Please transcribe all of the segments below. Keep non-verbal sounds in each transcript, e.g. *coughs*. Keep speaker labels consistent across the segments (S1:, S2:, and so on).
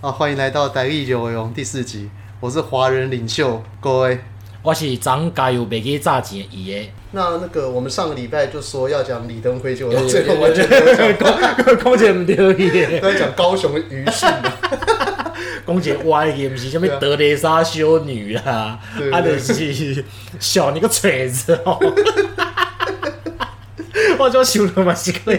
S1: 啊，欢迎来到台语游泳第四集，我是华人领袖各位。
S2: 我是张家有袂去炸钱伊的，
S1: 那那个我们上个礼拜就说要讲李登辉，结果到
S2: 对
S1: 最后
S2: 对
S1: 完
S2: *laughs*
S1: 全没有讲，
S2: 讲一个毋对伊的，
S1: 都在讲高雄的余姓的，
S2: 讲一个歪的，毋是啥物德蕾莎修女啦，
S1: 对
S2: 啊，
S1: 对
S2: 就是小你个锤子哦。我就想了嘛是个。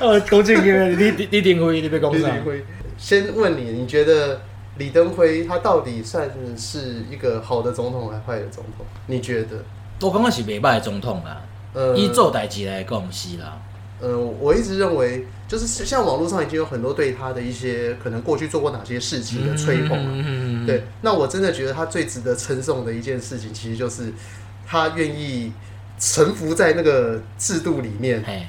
S2: 呃，讲这个，你你你定位，你要讲
S1: 李
S2: 啥？
S1: 登辉。先问你，你觉得李登辉他到底算是一个好的总统还是坏的总统？你觉得？
S2: 我感觉是袂歹的总统啦，
S1: 呃
S2: 伊做代志来讲是啦，
S1: 呃，我一直认为，就是像网络上已经有很多对他的一些可能过去做过哪些事情的吹捧啊、
S2: 嗯，
S1: 对，那我真的觉得他最值得称颂的一件事情，其实就是他愿意臣服在那个制度里面，
S2: 嘿，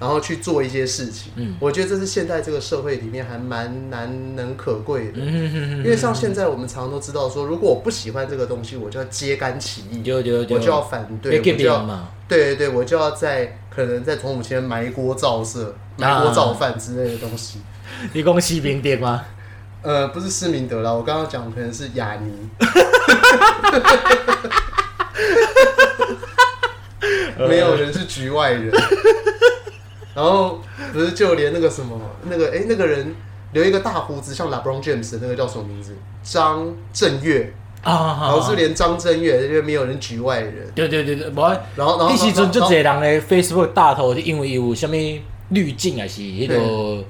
S1: 然后去做一些事情。
S2: 嗯
S1: 我觉得这是现在这个社会里面还蛮难能可贵的。
S2: 嗯
S1: 因为像现在我们常常都知道说，如果我不喜欢这个东西，我就要揭竿起义，
S2: 对对对
S1: 我就要反对，
S2: 要
S1: 我
S2: 革
S1: 就
S2: 命
S1: 要
S2: 嘛，
S1: 对对对，我就要在可能在总统前面埋锅造色、
S2: 啊
S1: 埋锅造饭之类的东西。
S2: 你讲西平德吗？
S1: 呃，不是施明德啦，我刚刚讲可能是雅尼。没有人是局外人，然后不是就连那个什么那个哎、那个人留一个大胡子像 LeBron James 的那个叫什么名字？张震岳，
S2: 啊，
S1: 然
S2: 好
S1: 后是连张震岳因为没有人局外人，
S2: 对对对对，无。
S1: 然后然后
S2: 迄时阵，
S1: 然
S2: 足
S1: 后
S2: 侪人咧 Facebook 大头，就因为伊有啥物滤镜啊，是迄个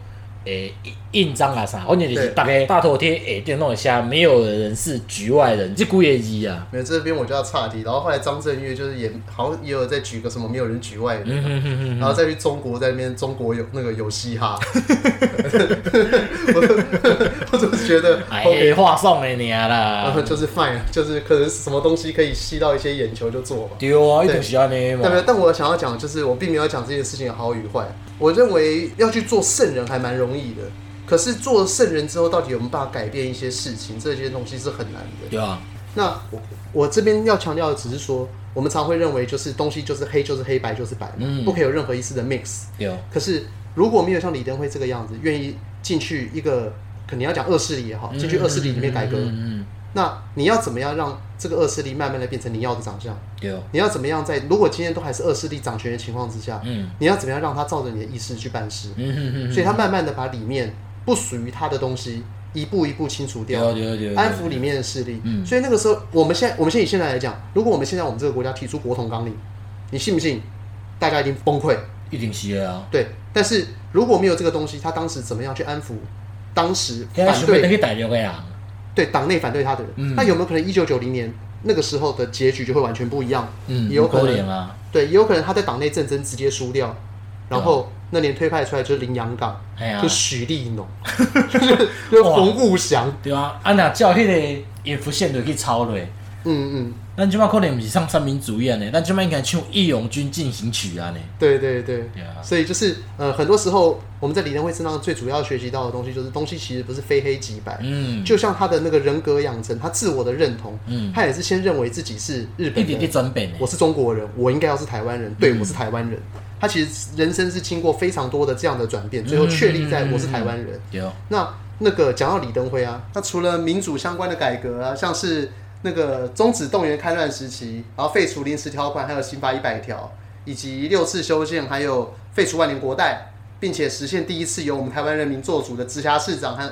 S2: 诶印章啊啥，反正就是
S1: 对
S2: 大家大头贴下底弄一下，没有人是局外人，即几个字啊。
S1: 没有这边我就要岔题，然后后来张震岳就是也好像也有在举个什么没有人局外人，
S2: 嗯哼哼哼
S1: 然后再去中国在那边中国有那个有嘻
S2: *laughs*
S1: 哈，我就我就觉得
S2: 哎，
S1: 后面
S2: 会话送的尔
S1: 然后
S2: 啦。
S1: 就是 fine，就是啊可能什么东西可以吸到一些眼球就做吧。
S2: 对啊，伊就是安尼嘛
S1: 但。没有，但我想要讲就是我并没有讲这件事情的好与坏，我认为要去做圣人还蛮容易的，可是做圣人之后到底有没有办法改变一些事情，这些东西是很难的。
S2: 对啊，
S1: 那我我这边要强调的只是说，我们常会认为就是东西就是黑就是黑，白就是白嘛，
S2: 嗯
S1: 不可以有任何一丝的 mix。
S2: 对啊，
S1: 可是如果没有像李登辉这个样子，愿意进去一个，可能要讲恶势力也好，进去恶势力里面改革，
S2: 嗯嗯嗯嗯，
S1: 那你要怎么样让这个恶势力慢慢的变成你要的长相？
S2: 对啊，
S1: 你要怎么样在如果今天都还是恶势力掌权的情况之下，
S2: 嗯
S1: 你要怎么样让他照着你的意识去办事？
S2: 嗯哼哼哼，
S1: 所以他慢慢的把里面不属于他的东西一步一步清除
S2: 对
S1: 掉。
S2: 啊对啊对啊，
S1: 安抚里面的势力。
S2: 嗯
S1: 所以那个时候，我们现在我们现在以现在来讲，如果我们现在我们这个国家提出国统纲领，你信不信？大家一定崩溃。
S2: 一定是的啊。
S1: 对，但是如果没有这个东西，他当时怎么样去安抚当时
S2: 现在
S1: 反
S2: 想要等
S1: 对
S2: 去大陆的人，
S1: 对党内反对他的人？
S2: 嗯
S1: 那有没有可能一九九零年那个时候的结局就会完全不一样？
S2: 嗯，
S1: 也有可能
S2: 能啊。
S1: 对，也有可能他在党内战争直接输掉，然后那年推派出来就是林洋港，
S2: 哎呀
S1: 就，许立
S2: *laughs*
S1: 农，就是就是
S2: 哇
S1: 冯固祥，
S2: 对啊，啊若照迄个演福线落去抄落。
S1: 嗯嗯，
S2: 咱即摆可能毋是唱三民主义安尼，咱即摆应该唱《义勇军进行曲》安尼。
S1: 对对对。
S2: 对啊，
S1: 所以就是呃，很多时候我们在理论会身上最主要学习到的东西，就是东西其实不是非黑即白。
S2: 嗯，
S1: 就像他的那个人格养成，他自我的认同，
S2: 嗯
S1: 他也是先认为自己是日
S2: 一嗯
S1: 本
S2: 直伫
S1: 人，
S2: 转变诶
S1: 我。是中国人，我应该要是台湾人，对我是台湾人。他其实人生是经过非常多的这样的转变，最后确立
S2: 嗯
S1: 在我是台湾人。
S2: 对，哦
S1: 那那个讲到李登辉啊，那除了民主相关的改革啊，像是那个终止动员戡乱时期，然后废除临时条款，还有刑法一百条，以及六次修宪，还有废除万年国代，并且实现第一次由我们台湾人民做主的直辖市长和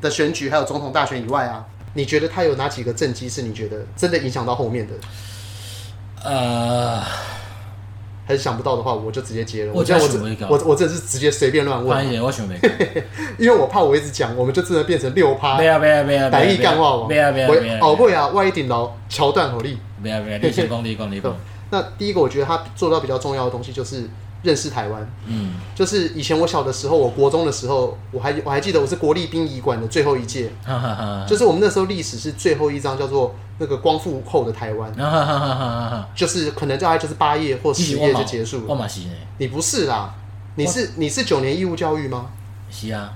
S1: 的选举，还有总统大选以外啊，你觉得他有哪几个政绩是你觉得真的影响到后面的？
S2: 呃，
S1: 还是想不到的话，我就直接接了。
S2: 我
S1: 觉得我
S2: 真
S1: 这
S2: 想不到
S1: 我我这是直接随便乱
S2: 反
S1: 问，
S2: 正我想
S1: *laughs*
S2: 袂开。
S1: 因为我怕我一直讲，我们就真的变成六趴
S2: 袂啊袂啊袂啊，
S1: 台语干话王，
S2: 袂啊袂啊
S1: 我
S2: 袂啊，
S1: 后尾啊，我一定老桥段互你。
S2: 袂啊袂啊，你先讲你讲你讲。
S1: 那第一个，我觉得他做到比较重要的东西就是认识台湾。
S2: 嗯，
S1: 就是以前我小的时候，我国中的时候，我还我还记得我是国立殡仪馆的最后一届，
S2: 哈哈哈，
S1: 就是我们那时候历史是最后一张叫做那个光复后的台湾，
S2: 哈哈哈哈哈哈。
S1: 就是可能大概就是八页或
S2: 其实
S1: 十
S2: 我
S1: 页
S2: 嘛
S1: 就结束
S2: 我
S1: 了。
S2: 嘛是呢，
S1: 你不是啦，你是你是九年义务教育吗？
S2: 是啊，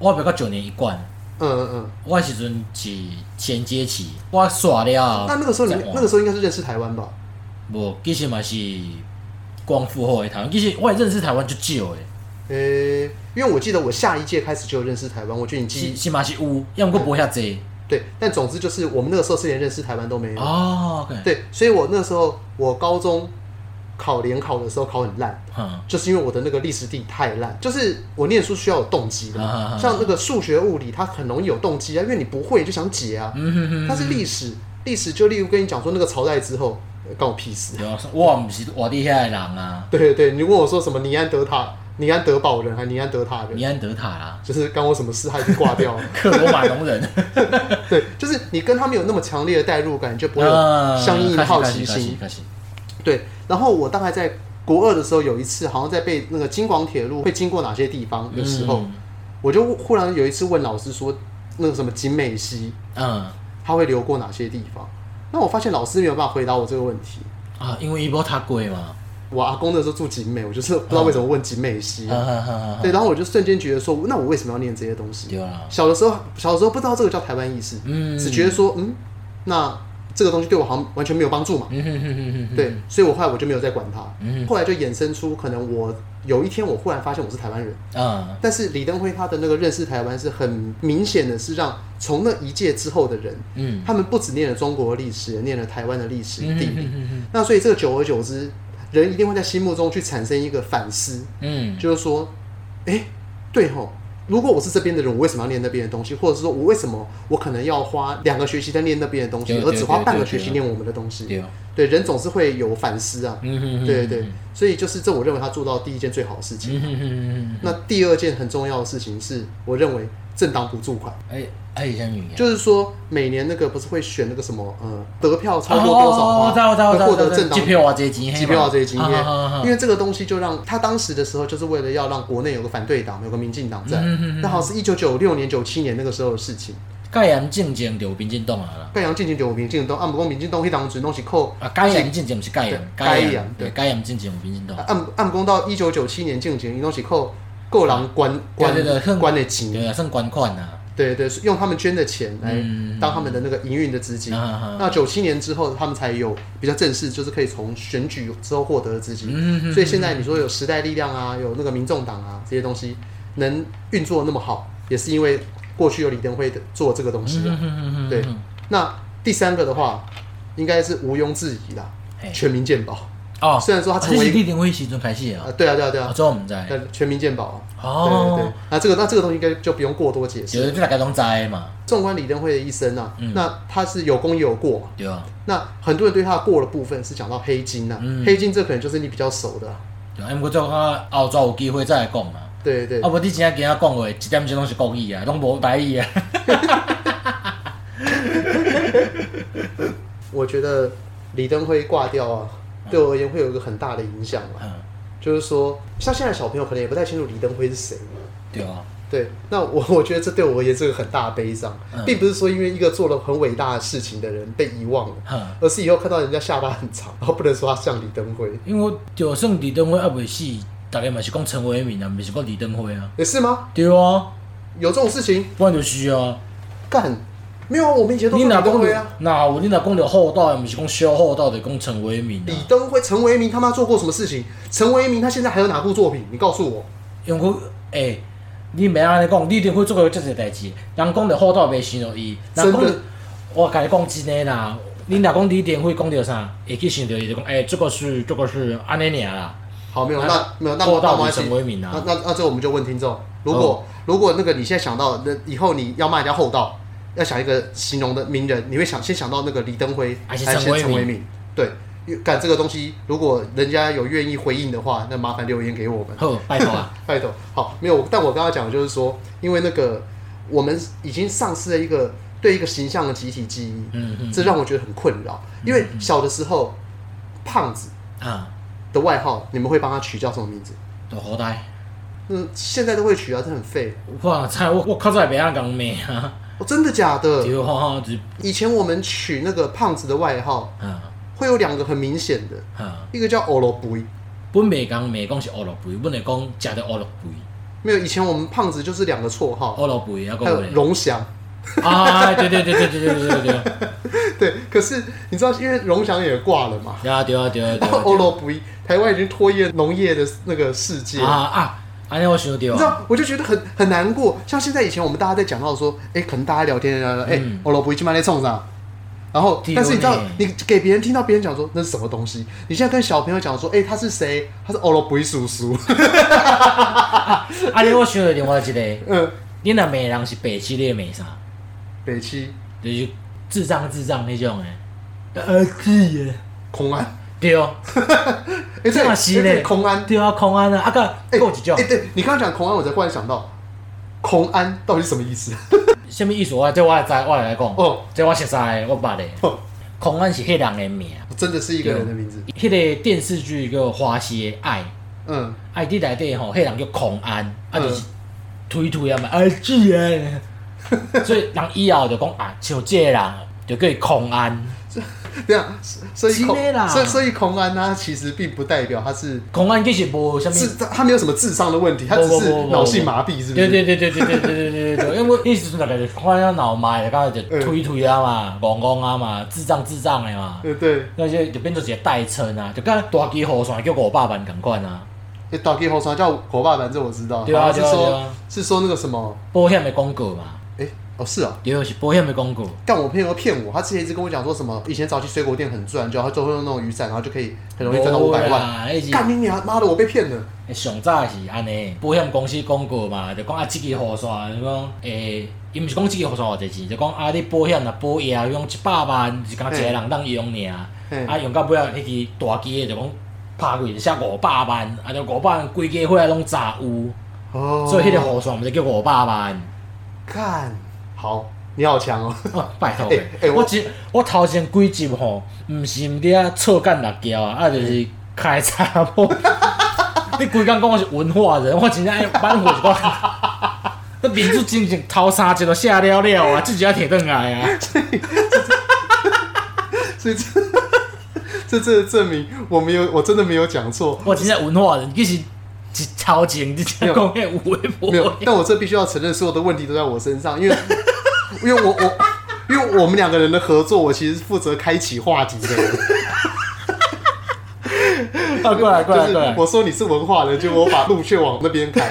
S2: 我袂到九年一贯，
S1: 嗯嗯嗯。
S2: 我的时阵是衔接期，我刷了。
S1: 那那个时候你
S2: 再换
S1: 那个时候应该是认识台湾吧？
S2: 无，其实嘛是光复后的台湾，其实我也认识台湾就少诶。
S1: 诶、因为我记得我下一届开始就认识台湾，我觉得你记
S2: 是
S1: 忆
S2: 是嘛是有，要毋过无遐济
S1: 对，但总之就是我们那个时候是连认识台湾都没有。
S2: 哦。OK，
S1: 对，所以我那时候我高中考联考的时候考很烂，
S2: 嗯，
S1: 就是因为我的那个历史地太烂，就是我念书需要有动机的嘛，
S2: 啊啊啊
S1: 像那个数学、物理，它很容易有动机啊，因为你不会就想解啊。
S2: 嗯哼哼，
S1: 但是历史，历史就例如跟你讲说那个朝代之后，呃关我屁事。 *laughs*
S2: 对啊，我毋是外地遐的人啊，
S1: 对对对，你问我说什么尼安德塔、尼安德堡人还尼安德塔人，
S2: 尼安德塔啦，
S1: 就是干我什么事，他已经挂掉了。 *laughs*
S2: 克罗马农人，
S1: 对，就是你跟他们有那么强烈的代入感，你就不会有
S2: 啊
S1: 相应的好奇心。，
S2: 开始开始开始
S1: 对，然后我大概在国二的时候有一次，好像在背那个京广铁路会经过哪些地方的时
S2: 嗯
S1: 候，，我就忽然有一次问老师说，那个什么景美溪，
S2: 嗯
S1: 它会流过哪些地方？那我发现老师没有办法回答我这个问题。
S2: 啊，因为伊无读过嘛，
S1: 我阿公那时候住景美，我就是不知道为什么问景美溪。
S2: 哈哈哈哈
S1: 对，，然后我就瞬间觉得说，那我为什么要念这些东西？
S2: 对啦，
S1: 小的时候，小的时候不知道这个叫台湾意识，
S2: 嗯，
S1: 只觉得说，嗯，那这个东西对我好像完全没有帮助嘛。
S2: 嗯哼哼哼哼，
S1: 对，所以我后来我就没有再管它。
S2: 嗯
S1: 后来就衍生出可能我有一天我忽然发现我是台湾人，
S2: 啊，
S1: 但是李登辉他的那个认识台湾是很明显的，是让从那一届之后的人，
S2: 嗯，
S1: 他们不只念了中国历史，也念了台湾的历史
S2: 嗯
S1: 地
S2: 哼
S1: 理。
S2: 哼哼
S1: 那所以这个久而久之，人一定会在心目中去产生一个反思，
S2: 嗯，
S1: 就是说，哎、对吼。如果我是这边的人，我为什么要念那边的东西？或者是说我为什么我可能要花两个学期在念那边的东西，
S2: 对
S1: 而
S2: 对
S1: 只花
S2: 对
S1: 半个
S2: 对
S1: 学期
S2: 对
S1: 念我们的东西？
S2: 对，
S1: 对，人总是会有反思啊。
S2: 嗯哼，
S1: 对对，所以就是这，我认为他做到第一件最好的事情。
S2: 嗯哼哼哼，
S1: 那第二件很重要的事情是，我认为政党补助款，
S2: 哎哎，像女
S1: 就是说每年那个不是会选那个什么呃得票超过多少
S2: 哦我知道我知道
S1: 啊，
S2: 我
S1: 会
S2: 知道，
S1: 获得政党
S2: 机票偌啊济钱，
S1: 机票这些经验，因
S2: 为
S1: 为这个东西就让他当时的时候就是为了要让国内有个反对党，有个民进党在
S2: 嗯嗯嗯，
S1: 那好像是一九九六年、九七年那个时候的事情。
S2: 戒严进前就有民进党啊啦，
S1: 盖阳进行九民进党，按不过民进党迄当时拢是靠
S2: 啊，戒严进前毋是戒严，
S1: 对戒严
S2: 对，
S1: 对啊
S2: 戒严进前有民进党，
S1: 按按公到一九九七年进行，伊拢是靠个人官官
S2: 对对对
S1: 官的钱。
S2: 对啊，算捐款啊，
S1: 对对，是用他们捐的钱来
S2: 嗯
S1: 当他们的那个营运的资金。
S2: 啊哈，
S1: 那九七年之后，他们才有比较正式，就是可以从选举之后获得的资金。
S2: 嗯哼
S1: 所以现在你说有时代力量啊，有那个民众党啊这些东西能运作那么好，也是因为过去有李登辉的做这个东西啊。
S2: 嗯
S1: 对，那第三个的话，应该是毋庸置疑啦，
S2: 嘿
S1: 全民健保。
S2: 哦，
S1: 虽然说它
S2: 啊
S1: 成
S2: 这
S1: 为
S2: 是
S1: 一个
S2: 李登辉时阵开始的
S1: 啊，
S2: 哦，
S1: 对啊对啊对
S2: 我
S1: 啊，
S2: 做毋知道，
S1: 那全民健保啊。对对
S2: 哎哦
S1: 对，，那这个那这个东西应该就不用过多解
S2: 就
S1: 释。
S2: 是大家拢知的嘛，
S1: 纵观李登辉的一生啊，
S2: 嗯
S1: 那他是有功也有过嘛。
S2: 对啊，
S1: 那很多人对他的过的部分是讲到黑金啊，
S2: 嗯
S1: 黑金这可能就是你比较熟的啊、
S2: 对啊，毋过做我后再有机会再来讲啊。
S1: 对对
S2: 啊，无你真正今仔讲话一点钟拢是国语啊，拢无台语啊。 *laughs*
S1: 我觉得李登辉挂掉啊，对我而言会有一个很大的影响嘛，
S2: 嗯，
S1: 就是说像现在小朋友可能也不太清楚李登辉是谁嘛
S2: 对啊，
S1: 对，那我 *laughs* 我觉得这对我而言是个很大的悲伤，
S2: 嗯
S1: 并不是说因为一个做了很伟大的事情的人被遗忘了，
S2: 哼，
S1: 而是以后看到人家下巴很长，然后不能说他像李登辉，
S2: 因为就算李登辉还未死，大家嘛是讲陈为民啊，毋是讲李登辉啊。
S1: 也是吗？
S2: 对啊，
S1: 有这种事情
S2: 不然就是啊。
S1: 干？没有啊，我们以前都
S2: 你
S1: 说
S2: 若
S1: 李
S2: 讲
S1: 登辉
S2: 着
S1: 啊，，
S2: 那有你若讲着厚道，毋是讲小厚道，就讲陈为民
S1: 李
S2: 啊。
S1: 登辉、陈为民他妈做过什么事情？陈为民他现在还有哪部作品？你告诉我。
S2: 因为诶、你袂安尼讲，你一定会做过遮侪代志。人讲着厚道袂想到伊，人讲
S1: 真
S2: 着
S1: 的
S2: 我甲你讲真诶啦。你若讲你一定会讲着啥，会去想到伊就讲，诶、这个是这个是安尼尔啦。
S1: 好，没有，
S2: 那
S1: 那没有，那
S2: 做
S1: 我
S2: 到
S1: 那
S2: 底
S1: 我还是
S2: 陈为民啊哦
S1: 那那那这我们就问听众，如果如果那个你现在想到，那以后你要骂人家厚道，要想一个形容的名人，你会想先想到那个李登辉还
S2: 还是
S1: 是
S2: 陈为民
S1: 陈为民？对，因为干这个东西，如果人家有愿意回应的话，那麻烦留言给我们。
S2: 好，拜托
S1: *laughs*
S2: 啊。
S1: 拜托，好，没有，但我刚刚讲的就是说，因为那个我们已经丧失了一个对一个形象的集体记忆，
S2: 嗯嗯
S1: 这让我觉得很困扰。因为小的时候，胖子
S2: 啊，
S1: 的外号，你们会帮他取叫什么名字？
S2: 就好歹。
S1: 嗯，现在都会取啊，这很废。
S2: 我猜我我较早袂晓讲骂啊，
S1: 哦，真的假的？
S2: 对吼吼，就是
S1: 以前我们取那个胖子的外号，
S2: 啊
S1: 会有两个很明显的，
S2: 啊，
S1: 一个叫欧罗布，
S2: 本袂讲骂，讲是乌落肥，本来讲食着乌落肥，
S1: 没有，以前我们胖子就是两个绰号，
S2: 乌落肥啊，
S1: 还
S2: 讲
S1: 有
S2: 咧。
S1: 龙翔。 *laughs*
S2: 啊，对对对对对对对对对，
S1: 对，可是你知道，因为龙翔也挂了嘛，
S2: 对啊对啊对啊对
S1: 然后
S2: 啊
S1: 欧罗布，台湾已经拖业农业的那个世界
S2: 对啊，啊啊，安尼我想
S1: 你
S2: 到
S1: 知
S2: 啊，
S1: 道，我就觉得很很难过。像现在以前我们大家在讲到说，哎、可能大家聊天聊聊，哎、
S2: 嗯
S1: 我老婆去买那冲上，然后
S2: 对
S1: 但是你知道
S2: 呢，
S1: 你给别人听到别人讲说那是什么东西，你现在跟小朋友讲说，哎、他是谁？他是欧罗布叔叔， *laughs*
S2: 安尼我想到另外一个，
S1: 嗯，
S2: 你若骂人是白痴，你会骂啥？
S1: 北七
S2: 就是智障智障迄种诶。儿子耶，
S1: 空安，
S2: 对哦，
S1: 哎、
S2: 这嘛是
S1: 对
S2: 嘞，
S1: 空安，
S2: 对啊，空安啊，啊个
S1: 哎、
S2: 够一种
S1: 哎、，对你刚刚讲空安，我才忽然想到，空安到底是什么意思？ *laughs*
S2: 什么意思？我这我会知，我会来讲，
S1: 哦，
S2: 这我熟悉的，我捌的。
S1: 哦
S2: 空安是迄人的名，
S1: 真的是一个人的名字，
S2: 迄个电视剧叫《花谢爱》，
S1: 嗯，
S2: 爱伫内底吼，迄人叫空安，啊
S1: 嗯
S2: 就是推推啊嘛，啊居然，所以人以后就讲啊，像这个人就叫伊空安，
S1: *laughs* 这样，所以空
S2: 真的，啦
S1: 所以所以空安他其实并不代表他是
S2: 空安其实无啥
S1: 智
S2: 物。
S1: 他没有什么智商的问题，他只
S2: 不不
S1: 是
S2: 不不
S1: 脑性麻痹，是不是？
S2: 对对对对对对对对对对对，因为迄时阵大家就看了脑麦，然后就推推啊嘛，戆戆啊嘛，智障智障的嘛，
S1: 呃对，
S2: 那就就变做一个代称啊，就甲大基雨伞叫五百万共款啊，
S1: 诶打给红船叫火爸版，这我知道。
S2: 对啊
S1: 好像是
S2: 对啊对
S1: 说
S2: 啊，
S1: 是说那个什么？
S2: 保险的广告嘛，
S1: 哎，哦是啊，
S2: 对，是保险的广告，
S1: 但我朋友骗我，他之前一直跟我讲说什么，以前早期水果店很赚，就他最后用那种雨伞，然后就可以很容易赚到五百万。
S2: 啦，迄是
S1: 干你娘！妈的，我被骗了。
S2: 上早是安尼，保险公司广告嘛，就讲啊，即支雨伞，就讲诶，伊、毋是讲即支雨伞偌济钱，就讲啊，你保险若保额用一百万，是讲一个人当用尔，
S1: 嘿
S2: 啊，用到尾仔迄支大支诶，就讲拍开就写五百万，啊，就五百万规家伙仔拢炸有，
S1: 哦
S2: 所以迄个雨伞毋是叫五百万。
S1: 干好，你好强哦。 *laughs*
S2: 哦，拜托、
S1: 欸欸我
S2: 我只我头前几集吼，毋是毋伫啊错干辣椒啊，啊就是开查某。 *laughs* 你规工讲我是文化人，我真正爱挽回一寡。 *laughs* 那民主真正头三集都写了了啊，自己要摕转来啊。
S1: 所以这 *laughs* 这这证明我没有，我真的没有讲错。
S2: 我真正文化人，其实是超前，你才讲迄有诶无
S1: 没有
S2: 的，
S1: 但我这必须要承认，所有的问题都在我身上，因
S2: *laughs*
S1: 为因为我我因为我们两个人的合作，我其实是负责开启话题的人。
S2: 啊， *laughs* 过来过
S1: 就
S2: 来
S1: 是
S2: 过来，
S1: 我说你是文化人，结果我把路却往那边
S2: *laughs*
S1: 开。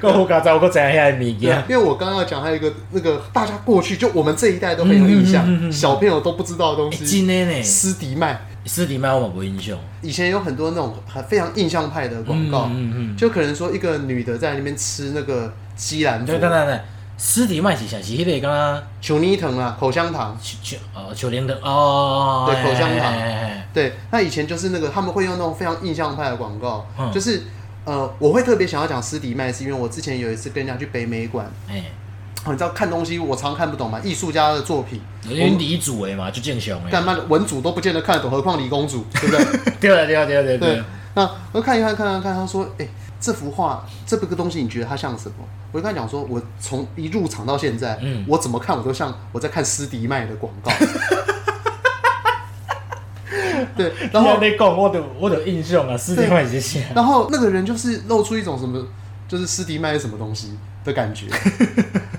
S2: 我好加在我搁知影遐物件。
S1: 因为我刚刚要讲还有一个那个大家过去就我们这一代都很有印象，
S2: 嗯
S1: 小朋友都不知道的东
S2: 欸
S1: 西。
S2: 真诶呢，
S1: 斯迪曼
S2: 私底下我嘛无印象。
S1: 以前有很多那种很非常印象派的广告，
S2: 嗯嗯
S1: 就可能说一个女的在那边吃那个鸡兰
S2: 对，等等等，私底下是啥？是迄个敢若。
S1: 球泥藤啊，口香糖。
S2: 秋秋哦，秋莲的哦，
S1: 对口香糖
S2: 糖，
S1: 对，那以前就是那个他们会用那种非常印象派的广告，
S2: 嗯
S1: 就是呃，我会特别想要讲斯迪麦，是因为我之前有一次跟人家去北美馆，
S2: 哎，
S1: 哦你知道看东西我常看不懂嘛，艺术家的作品，
S2: 因为李主的嘛，就正常
S1: 干
S2: 的，
S1: 嘛文主都不见得看得懂，何况李公主，对不对？
S2: *laughs* 对啊对啊对啊对啊对
S1: 对
S2: 啊，。
S1: 那我看一看，看看看，他说：“哎、这幅画，这个东西，你觉得它像什么？”我就跟他讲说：“我从一入场到现在，
S2: 嗯
S1: 我怎么看我都像我在看斯迪麦的广
S2: *laughs*
S1: 告。对，然
S2: 然
S1: 后
S2: 后你讲，我就我就印象啊，私底下是啥？
S1: 然后那个人就是露出一种什么，就是斯迪麦是什么东西的感
S2: *laughs*
S1: 觉。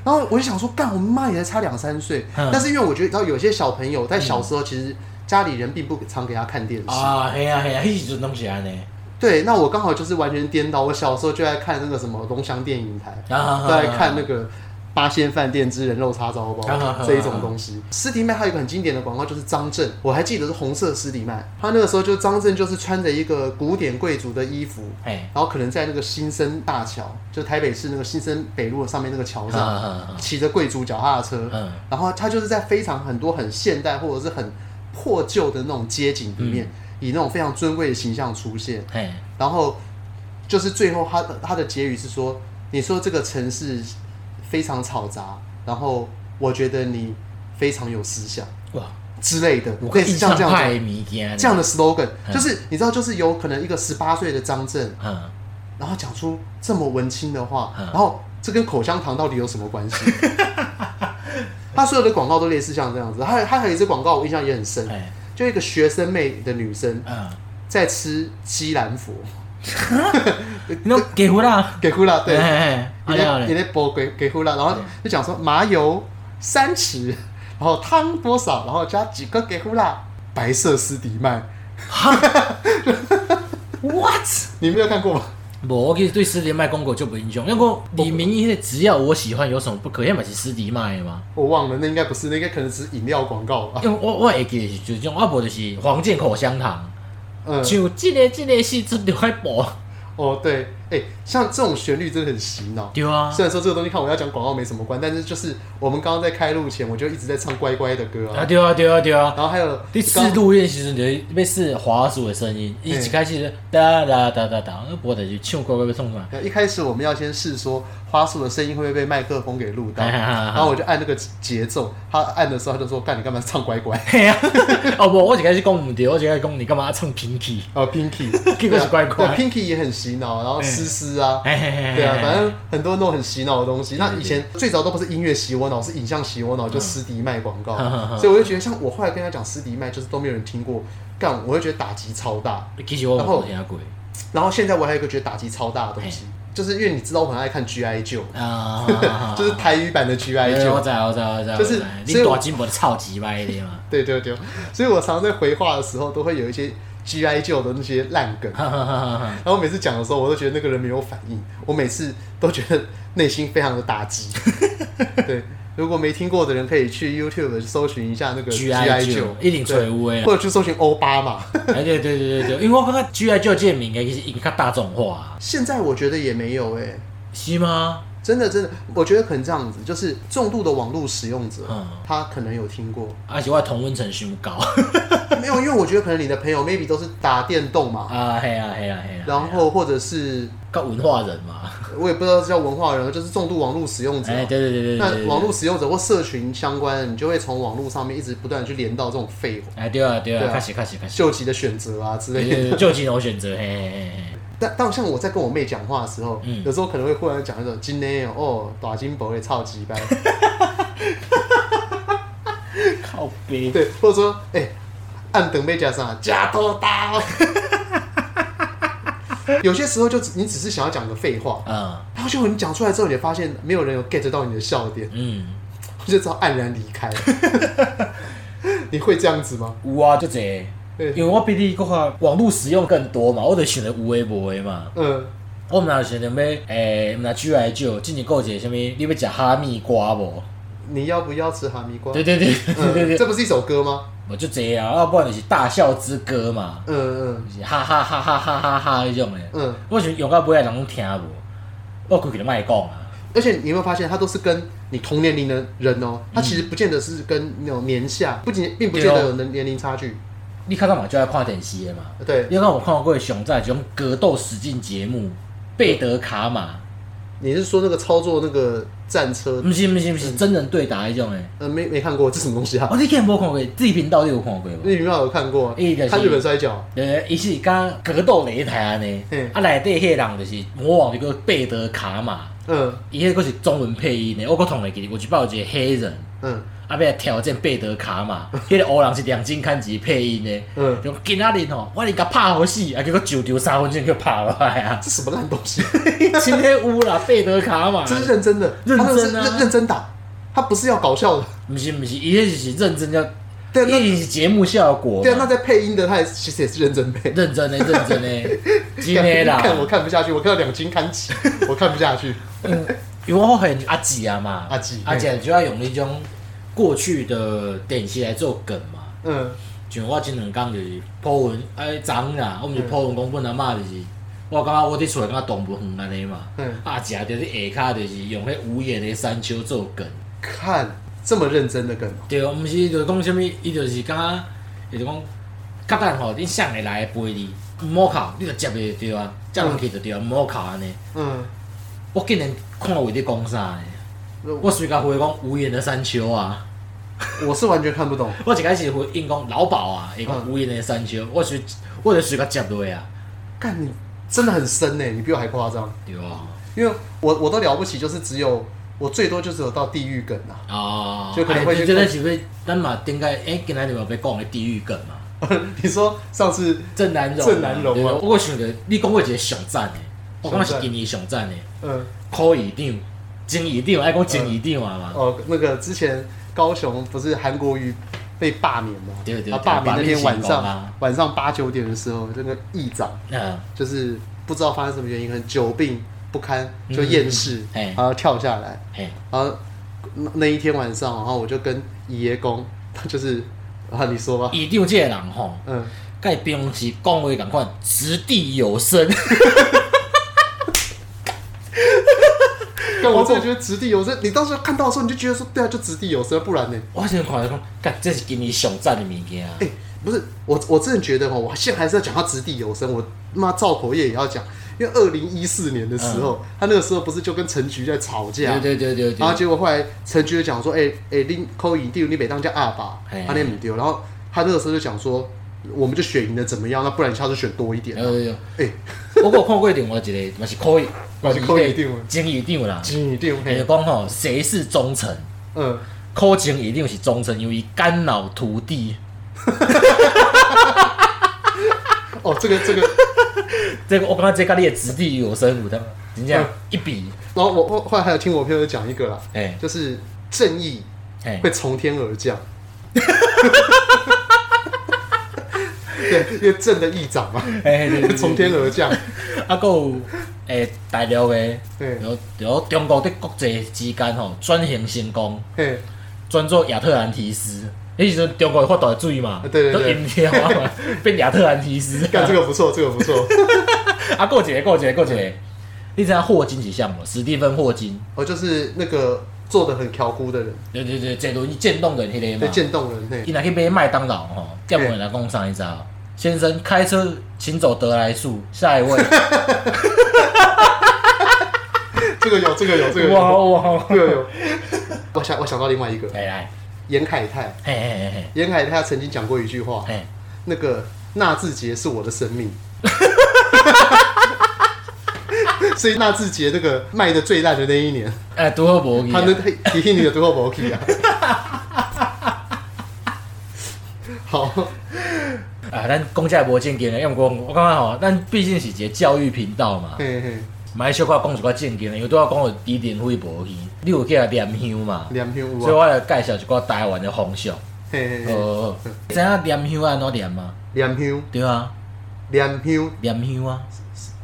S1: 然后我就想说，干，我们妈也才差两三岁，
S2: 嗯
S1: 但是因为我觉得，你知道有些小朋友在小时候，其实家里人并不常给他看电视。
S2: 啊，嘿啊嘿啊，迄时阵拢是安尼，
S1: 对，那我刚好就是完全颠倒，我小时候就在看那个什么龙翔电影台，
S2: 啊
S1: 都在看那个。八仙饭店之人肉叉烧包、
S2: 啊啊啊
S1: 这一种东西，斯迪麦还有一个很经典的广告，就是张震，我还记得是红色斯迪麦，他那个时候就张震就是穿着一个古典贵族的衣服，
S2: 哎，
S1: 然后可能在那个新生大桥，就台北市那个新生北路上面那个桥
S2: 啊
S1: 上，
S2: 啊啊
S1: 骑着贵族脚踏车，
S2: 嗯
S1: 然后他就是在非常很多很现代或者是很破旧的那种街景里面，以
S2: 嗯
S1: 那种非常尊贵的形象出现。
S2: 嘿，
S1: 然后就是最后他的他的结语是说：“你说这个城市非常嘈杂，然后我觉得你非常有思想
S2: 哇，
S1: 之类的，
S2: 有
S1: 类似
S2: 印
S1: 像
S2: 象
S1: 这样
S2: 派
S1: 子
S2: 的物件呢，
S1: 这样的 slogan，
S2: 嗯
S1: 就是你知道，就是有可能一个十八岁的张震。”
S2: 嗯，
S1: 然后讲出这么文青的话，
S2: 嗯
S1: 然后这跟口香糖到底有什么关系？ *laughs* 他所有的广告都类似像这样子，还有他还有一支广告我印象也很深，
S2: 哎，
S1: 就一个学生妹的女生
S2: 嗯，
S1: 在吃鸡兰佛，
S2: 你拢结婚啦？
S1: 给呼啦，
S2: 嘿
S1: 对，
S2: 嘿
S1: *laughs*
S2: 嘿，
S1: 你
S2: 啊了
S1: 在你
S2: 嘞，
S1: 在播给给呼啦，然后就讲说麻油三匙，然后汤多少，然后加几个给呼啦，白色斯迪曼，
S2: what？
S1: 你没有看过吗？
S2: 无，我其实对斯迪麦公狗就不印象，因为我李明义那个只要我喜欢有什么不可以，嘛是斯迪麦的嘛。
S1: 我忘了，那应该不是，那应该可能只是饮料广告吧。
S2: 因为我我会记得是就是种，啊无就是黄健口香糖，
S1: 嗯，
S2: 像即个即个戏阵就爱播，
S1: 哦对，哎、像这种旋律真的很洗脑。
S2: 对啊，
S1: 虽然说这个东西看我要讲广告没什么关，但是就是我们刚刚在开录前，我就一直在唱乖乖的歌
S2: 啊
S1: 啊，
S2: 对啊对啊对啊。
S1: 然后还有
S2: 第四录音的时阵就要试滑鼠的声音，伊一开始就哒哒哒哒哒，我就唱歌要要创啥？
S1: 呃，一开始我们要先试说花束的声音会不会被麦克风给录到，
S2: 哎哎哎哎
S1: 然后我就按那个节奏，他按的时候他就说：“干，你干嘛唱乖
S2: *laughs*
S1: 乖
S2: 嘿啊！哦无，我一开始讲毋对，我一开始讲你干嘛唱 Pinky？”
S1: 呃
S2: *laughs*
S1: Pinky，
S2: 结果是乖哎乖
S1: 对啊对，Pinky 也很洗脑，然后思思啊，
S2: 嘿嘿嘿嘿
S1: 对啊，反正很多那种很洗脑的东西。那以前最早都不是音乐洗我脑，是影像洗我脑，就斯迪麦广告
S2: 嗯哼，哼
S1: 所以我就觉得像我后来跟他讲斯迪麦，就是都没有人听过，干，我会觉得打击超大。
S2: 其实我无听过
S1: 然后现在我还有一个觉得打击超大的东西，就是因为你知道我很爱看 GI 九，，
S2: 啊哎
S1: 就是台语版的 GI
S2: 对
S1: 九
S2: 我。知道我知道我知道，
S1: 就是
S2: 我知道你
S1: 所以我
S2: 大金无超级歹的嘛，
S1: 对对对，所以我常常在回话的时候都会有一些 GI 旧的那些烂梗，
S2: 哈哈哈哈
S1: 然后每次讲的时候，我都觉得那个人没有反应，我每次都觉得内心非常的打
S2: *laughs*
S1: 击。对，如果没听过的人可以去 YouTube 搜寻一下那个
S2: GI
S1: 旧
S2: 九，一定找有的啦
S1: 或者去搜寻奥巴马。
S2: 哎对对对对对，因为我感觉 G I 九这个名其实已经较大众化啊，
S1: 现在我觉得也没有哎、
S2: 是吗？
S1: 真的真的，我觉得可能这样子，就是重度的网络使用者，
S2: 嗯
S1: 他可能有听过， *laughs*
S2: 而且我的同温层伤高
S1: 没有？因为我觉得可能你的朋友 maybe 都是打电动
S2: *laughs*
S1: 嘛，
S2: 啊，嘿啊嘿啊嘿啊，
S1: 然后或者是
S2: 较文化人嘛，
S1: 我也不知道叫文化人，就是重度网络使用者。
S2: 哎对对对对对对，
S1: 那网络使用者或社群相关的，你就会从网络上面一直不断地去连到这种废话、
S2: 哎对啊对
S1: 对
S2: 啊，
S1: 啊
S2: 确实确实确实，
S1: 救急的选择啊之
S2: 对
S1: 类的。
S2: 对对，就近有选择，嘿嘿嘿嘿。
S1: 但但像我在跟我妹讲话的时候，有时候可能会忽然讲那种“今天哦，大金箔也超级掰
S2: 靠背”，，
S1: 对，或者说哎、暗等被加上加多大哦。有些时候就只你只是想要讲个废话，
S2: 嗯
S1: 然后就你讲出来之后，你发现没有人有 get 到你的笑点， *laughs*
S2: 嗯，
S1: 就只好黯然离开。 *laughs* 你会这样子吗？
S2: 有啊，就这，
S1: 对
S2: 因为我比你的话网络使用更多嘛，我就想着有诶无诶嘛，
S1: 嗯，
S2: 我们若想着要诶，毋若举来酒，今年有一个啥物，你要食哈密瓜无？
S1: 你要不要吃哈密瓜？
S2: 对对对 *laughs* 对对
S1: 嗯，
S2: 对，
S1: 这不是一首歌吗？
S2: 我就这样，要不然就是大笑之歌嘛，
S1: 嗯
S2: 就是哈哈哈哈哈哈哈迄种诶
S1: 嗯。嗯，
S2: 我想用到尾啊，人拢听无，我估计就卖讲啊。
S1: 而且你有没有发现，它都是跟你同年龄的人哦，
S2: 嗯
S1: 它其实不见得是跟那种年下，不仅并不见得有年年龄差距。
S2: 你较早嘛就爱看电视的嘛，
S1: 对，
S2: 你有看我看过熊仔种格斗实境节目，贝德卡玛，
S1: 你是说那个操作那个战车？
S2: 毋是毋是毋是真人对打迄种诶。
S1: 呃，没没看过，这什么东西
S2: *laughs*
S1: 啊？
S2: 哦，你竟然无看过，自己频道你有看过无？
S1: 日语庙有看过啊
S2: 一个，是
S1: 看日本摔跤，
S2: 呃，伊是讲格斗擂台安尼
S1: 嗯，
S2: 啊内底迄个人就是魔王一个贝德卡玛，
S1: 嗯
S2: 伊迄个是中文配音的，我阁同会记得，有一摆有一个黑人，
S1: 嗯
S2: 啊要来挑战贝德卡玛，迄个黑人是两金看级配音的，
S1: 嗯，
S2: 就今仔日吼，我哩甲拍好死，啊结果九丢三分钟就拍落
S1: *laughs*
S2: 来啊，
S1: 这什么烂东西？
S2: 真天有啦，贝德卡玛，
S1: 这是认真的，
S2: 认真啊
S1: 他那个是认认真打，他不是要搞笑的。
S2: 毋是毋是，伊迄是认真要，
S1: 对啊那
S2: 伊是节目效果
S1: 对啊，那
S2: 嘛，
S1: 在配音的他也其实也是认真配。
S2: 认真的认真
S1: *laughs*
S2: 的，真的啦。
S1: 看我看不下去，我看到两斤看
S2: *laughs*
S1: 起，我看不下去。
S2: 因为我很阿吉啊嘛，
S1: 阿姊
S2: 阿吉就要用那种过去的典型来做梗嘛。
S1: 嗯
S2: 像我前两天就是破文，哎，昨昏啦，我们就破文讲本阿嬷就是，我感觉我伫厝内感觉动物园安尼嘛
S1: 嗯，
S2: 阿吉啊就是下骹就是用迄无言的山丘做梗，，
S1: 看这么认真的梗，哦
S2: 对，毋是就是讲啥物，伊就是感觉，伊就讲，较等吼，恁谁会来陪你，毋好哭，你就接袂对啊，接落去就对啊，毋好哭安尼。
S1: 嗯，
S2: 我竟然看到有伫讲啥呢？
S1: 我
S2: 我随甲回讲无言的山丘啊。
S1: 我是完全看不懂。
S2: 我一开始回应讲老鸨啊，伊讲
S1: 嗯
S2: 无言的山丘，我是我就随甲接落啊，
S1: 干你真的很深呢，你比我还夸张，
S2: 对啊，
S1: 因为我我都了不起，就是只有我最多就只有到地狱梗啊， *laughs*
S2: 哦，
S1: 就可能会
S2: 哎
S1: 去
S2: 你这个是不是咱嘛顶个哎，今仔日嘛要讲的地狱梗嘛，
S1: 你说上次
S2: 郑南榕啊，
S1: 郑南榕啊
S2: 对我想着你讲过一个上赞的，我感觉是
S1: 上赞
S2: 今年上赞的，
S1: 嗯
S2: 柯议长、前议长，爱讲前议长啊嘛，
S1: 哦那个之前高雄不是韩国瑜被罢免吗？
S2: 对对对
S1: 他罢免那天晚
S2: 罢免成功
S1: 上
S2: 啊
S1: 晚上八九点的时候，那个议长
S2: 嗯，
S1: 就是不知道发生什么原因，可能久病不堪就厌世，
S2: 嗯嘿
S1: 然后跳下来，
S2: 嘿，
S1: 然后那那一天晚上，然后我就跟爷爷公，他就是啊，你说吧，
S2: 伊长这个人吼，
S1: 嗯，
S2: 甲伊平常时讲话共款，掷地有声。 *laughs*
S1: 但我真的觉得掷地有声。你当时看到的时候，你就觉得说，对啊，就掷地有声，不然呢？
S2: 我先看着讲，干这是今年上赞的物件啊！
S1: 哎、不是我，我真的觉得哦，我现在还是要讲他掷地有声，我妈造口业也要讲，因为二零一四年的时候，他那个时候不是就跟陈菊在吵架，
S2: 嗯对对对对
S1: 然后
S2: 对，
S1: 结果后来陈菊就讲说，哎、哎、你扣一丢，你每当叫阿爸
S2: 嘿，
S1: 他那不丢，然后他那个时候就讲说，我们就选赢了怎么样？那不然你下次选多一点
S2: 对，对对，
S1: 哎、
S2: 我有看过另外一个，嘛是可以，
S1: 嘛是考议长的
S2: 经议长啦，
S1: 金一定
S2: 伊就
S1: 嘿，
S2: 讲吼，谁是忠臣？
S1: 嗯，
S2: 考情一定是忠臣，因为干扰徒弟，
S1: 哦，这个这个，
S2: 这个我感觉这跟你的掷地有声有的，真
S1: 嗯
S2: 正一比，
S1: 然后我我后来还有听我朋友讲一个啦，
S2: 哎
S1: 就是正义
S2: 哎
S1: 会，从天而降。 *laughs* 对，因为正的议长嘛，*laughs*
S2: 哎对对对
S1: 从天而降。
S2: 啊，还有诶大陆的，
S1: 对，
S2: 有有中国的国际之间吼转型成功，
S1: 嘿，
S2: 转做亚特兰提斯。迄时阵中国有发大水嘛，
S1: 啊对对
S2: 都
S1: 对
S2: 淹掉
S1: *laughs*
S2: 嘛，变亚特兰提斯。
S1: 干这个不错，这个不错。
S2: *laughs* 啊，过一个，过一个，过一个。你知道霍金是项目？史蒂芬霍金，
S1: 哦，就是那个做的很挑估的人，
S2: 对对对，这轮渐冻人迄个
S1: 对，
S2: 嘛。
S1: 渐冻人，嘿，
S2: 伊若去买麦当劳吼，店员来讲啥你知道？先生开车，请走德来树，下
S1: *laughs*
S2: 一位。
S1: 这个有，这个有，这个
S2: 哇
S1: 有，
S2: 哇！
S1: 这个有。我想，我想到另外一个，
S2: 来来，
S1: 严凯泰，
S2: 嘿嘿嘿
S1: 严凯泰曾经讲过一句话
S2: 嘿，，嘿，
S1: 那个纳智捷是我的生命。所以纳智捷那个卖的最烂的那一年，
S2: 哎，拄好无去
S1: 他
S2: 啊。
S1: 们提醒你的最后不
S2: *laughs*
S1: OK 啊。好，
S2: 啊，咱讲这无正经的，要毋讲我感觉吼，咱毕竟是一个教育频道嘛，
S1: 嘿嘿，
S2: 买小可讲一寡正经的，因为拄仔讲有低点费无去，你有去来念香嘛？
S1: 两篇
S2: 所以
S1: 有啊，
S2: 我来介绍一寡台湾的风俗。
S1: 嘿嘿嘿，
S2: 哦，你知影念香安怎念吗？
S1: 两篇
S2: 对啊，
S1: 两篇，
S2: 念香啊，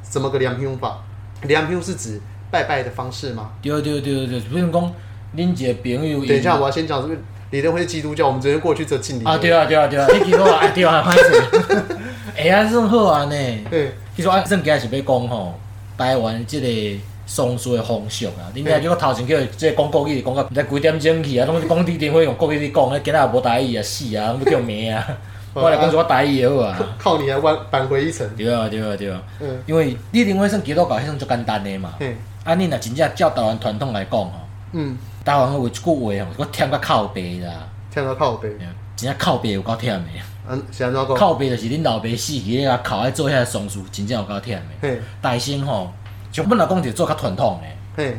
S1: 怎么个两篇法？两篇是指拜拜的方式吗？
S2: 对对对对，比如讲恁一个朋友，伊
S1: 等一下，我要先讲这个李登辉是基督教，我们昨天过去这敬礼
S2: 啊，对，啊对啊对啊，你其实我啊对啊， *laughs* 歹势，会啊算好啊呢。
S1: 对，
S2: 其实我正经是要讲吼，台湾即个松树的风俗啊，恁若叫我头前叫伊即个讲国语，讲到毋知几点钟去啊，拢是讲地电话用国语咧讲，迄今仔也无台语啊，死啊，拢要叫名
S1: *laughs*
S2: 啊，我来讲一寡台语的好啊。
S1: 靠你来弯扳回一城。
S2: 对啊对啊对啊，
S1: 嗯，
S2: 因为你电话算基督教，迄种足简单诶嘛。
S1: 嘿，
S2: 啊，你若真正照台湾传统来讲吼，
S1: 嗯，
S2: 台湾有一句话吼，我忝到靠背啦，
S1: 跳到靠背，
S2: 真正靠背有够忝诶。
S1: 嗯，想到靠，
S2: 靠背就是恁老爸死去啊，靠爱做遐松树，真正有够忝的。
S1: 嘿，
S2: 大生吼，像本来讲就做较传统的，
S1: 嘿，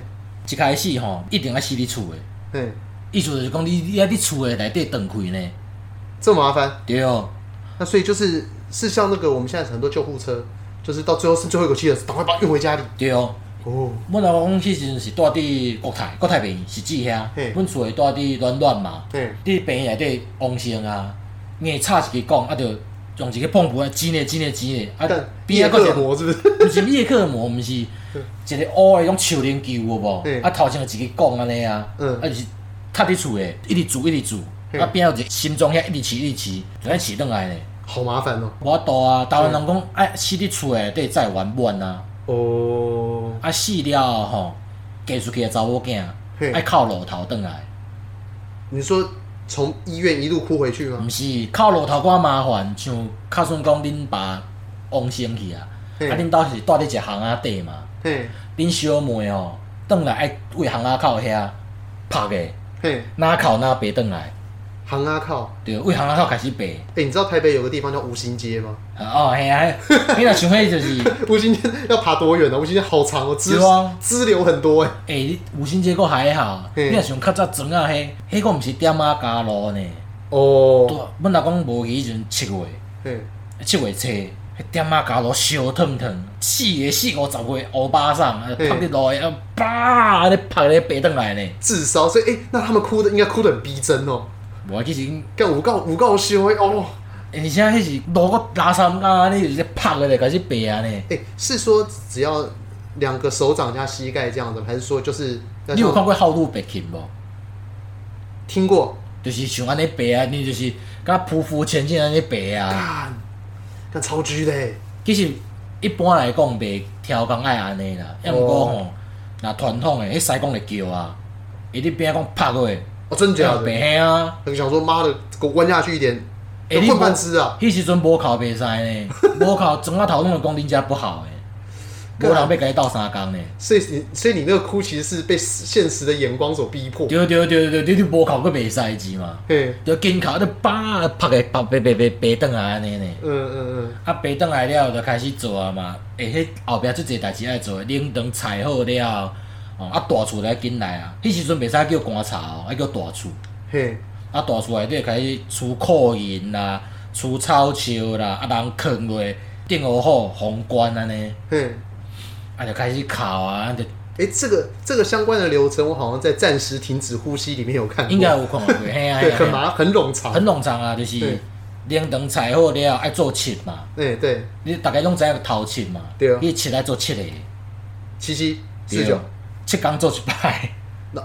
S2: 一开始吼一定爱死伫厝的，
S1: 嘿，
S2: 意思就是讲你你爱伫厝的内底断开呢，
S1: 这么麻烦，
S2: 对哦。
S1: 那所以就是是像那个我们现在很多救护车，就是到最后剩最后一口气了，赶快把它运回家里。
S2: 对哦，
S1: 哦，
S2: 本来讲迄时阵是住伫国泰，国泰病院是指遐
S1: 嘿，
S2: 阮厝的住伫暖暖嘛，
S1: 对，
S2: 伫病院内底旺盛啊，硬插一个讲啊，就用一个碰布啊，煎咧煎咧煎咧，啊
S1: 但边
S2: 边啊个
S1: 个
S2: 一
S1: 膜嗯是不是？
S2: 毋是叶克膜，毋是一个乌的迄种树林球有无
S1: 嗯？
S2: 啊头前有一个讲安尼啊，
S1: 嗯
S2: 啊就是塌伫厝的，一直煮一直煮，
S1: 嗯
S2: 啊边仔有一个心脏遐一直饲一直饲，就安饲转来咧。
S1: 好麻烦哦。
S2: 无法度啊，台湾人讲哎死伫厝的得再圆满啊，
S1: 哦，
S2: 啊死了吼，嫁出去的查某囝
S1: 嗯
S2: 爱靠路头转来，
S1: 你说从医院一路哭回去吗
S2: 毋？是靠路头较麻烦，像较算讲恁爸往生去啊，
S1: 嗯
S2: 啊恁兜是住伫一巷仔底嘛。
S1: 嘿，
S2: 恁小妹哦，转来爱为巷仔口遐拍的，
S1: 嘿，
S2: 哪口哪爬转来，
S1: 行啊靠！
S2: 对，为巷仔口开始爬。
S1: 哎、你知道台北有个地方叫吴兴街吗？ *laughs*
S2: 啊哦，嘿啊，嘿你若想迄就是，
S1: 吴兴街要爬多远呢、啊？吴兴街好长哦，支
S2: 对啊
S1: 支流很多哎、
S2: 诶、欸你五星街个还好，
S1: 嗯
S2: 你若想较早庄啊，迄迄个毋是点啊加路呢？
S1: 哦，
S2: 拄本来讲无去迄阵七月，
S1: 嘿，
S2: 七月初，迄点啊加路烧烫烫，四月四五十月乌巴上，啊，
S1: 嗯
S2: 拍伫路的，啊，叭，安尼拍咧爬转来呢。
S1: 自烧，所以哎、欸那他们哭的应该哭得很逼真哦。
S2: 无，其实
S1: 干五告五告修哎哦，
S2: 诶、而且迄是路个拉三啊，你直接拍个咧，开始爬啊呢。
S1: 哎、是说只要两个手掌加膝盖这样子，还是说就是要
S2: 你有
S1: 像
S2: 看过浩路白琴无？
S1: 听过？
S2: 就是像安尼爬啊，你就是甲匍匐前进安尼爬啊。
S1: 干，干超 G 的欸，
S2: 其实一般来讲袂超工爱安尼啦，要毋过吼，若传统诶，迄西讲会叫啊，伊伫边仔讲拍过，
S1: 哦，真的假
S2: 叫
S1: 的？
S2: 白嘿啊。
S1: 很想说妈的，给我弯下去一点，
S2: 欸
S1: 有
S2: 你
S1: 混
S2: 无
S1: 饭吃啊！
S2: 迄时阵无考袂使呢， *laughs* 无考整个头拢会讲恁遮不好诶，无人要甲你斗相共呢。
S1: 所以你，所以你那个哭其实是被现实的眼光所逼迫。
S2: 对对对对，你你无考佫袂使钱嘛，
S1: 嘿，
S2: 着紧考，你叭拍个拍白白白白转来安尼呢。
S1: 嗯嗯嗯，
S2: 啊，爬转来了，就开始做啊嘛。诶、迄后壁即侪代志爱做，冷冻菜好了，哦，啊大厝来紧来啊。迄时阵袂使叫干炒哦，爱叫大厝。
S1: 嘿，
S2: 啊，大厝内底开始除苦银啦，除草树啦，啊人囥落，定好好宏观安尼，
S1: 嘿，
S2: 啊就开始哭啊，就
S1: 哎、这个这个相关的流程，我好像在《暂时停止呼吸》里面有看过，
S2: 应该有
S1: *laughs*
S2: 看过，嘿啊，嘿
S1: 对，
S2: 啊
S1: 很麻很冗长。
S2: 很冗长啊，
S1: 对
S2: 就是冷啊冻菜好了，爱做切嘛。
S1: 哎、对，
S2: 你大家拢知影头切嘛，
S1: 对啊
S2: 你切来做切的，
S1: 七七
S2: 对
S1: 四
S2: 哦
S1: 九，
S2: 七工做一摆。 *laughs*
S1: 然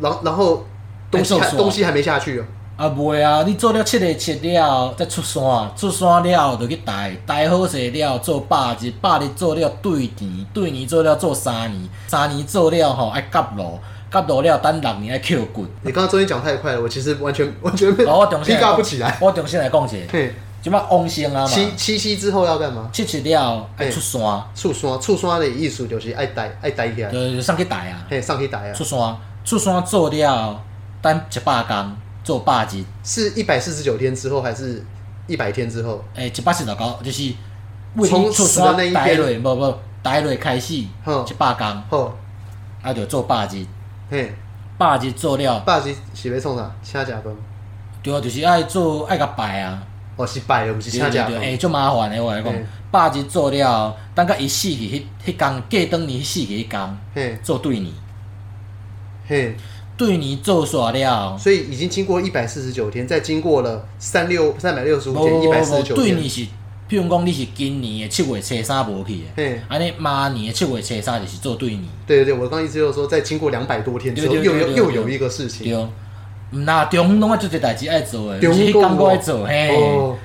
S1: 然然后东西
S2: 还
S1: 还
S2: 受挫
S1: 东西还没下去哦，
S2: 啊，袂啊！你做了七个七了，再出山，出山了就去台，台好势了做百日，百日做了对年，对年做了做三年，三年做了吼爱夹路，夹路了等六年爱扣
S1: *laughs*
S2: 骨。
S1: 你刚刚中间讲太快了，我其实完全 *laughs* 完全被
S2: 然哦后我重
S1: 劈
S2: 新
S1: 尬不起来。，
S2: 我重新来讲者，
S1: 嘿，
S2: 即摆往生啊嘛，
S1: 七七夕之后要干嘛？
S2: 七七了爱出山，
S1: 触刷触刷的艺术就是爱呆爱呆起来，
S2: 就就上去台啊，
S1: 嘿，上去呆啊，
S2: 出山，出山做了等一百工做百日，
S1: 是一百四十九天之后还是一百天之后？
S2: 诶、一百四十九就是为
S1: 从
S2: 你出
S1: 死的
S2: 山
S1: 那一
S2: 台
S1: 天
S2: 落，无无台落开始，
S1: 哼
S2: 一百工。
S1: 后，
S2: 啊，就做百日，
S1: 嘿，
S2: 百日做了，
S1: 爸是是要创啥？请食饭？
S2: 对啊，就是爱做爱甲拜啊，
S1: 哦，是拜的，不是请
S2: 对对
S1: 食
S2: 对，
S1: 饭。
S2: 哎，足麻烦的，我来讲
S1: 嗯，
S2: 百日做了，等到伊死去迄迄工，过当年死去迄工，
S1: 嘿，
S2: 做对年，
S1: 嘿，
S2: 对年做煞了，
S1: 所以已经经过一百四十九天，再经过了三六三百六十五天，一百四十九
S2: 对年
S1: 天。
S2: 是，譬如讲你是今年的七月初三无去的，
S1: 嘿，
S2: 安尼明年的七月初三就是做对年，
S1: 对对对，我刚刚意思就是说，再经过两百多天之后，
S2: 对
S1: 又
S2: 对对
S1: 有
S2: 对
S1: 又
S2: 对
S1: 有一个事情。
S2: 对，毋那中拢啊，做侪代志爱做的，
S1: 中
S2: 毋是迄工
S1: 还有
S2: 我爱做嘿，
S1: 哦，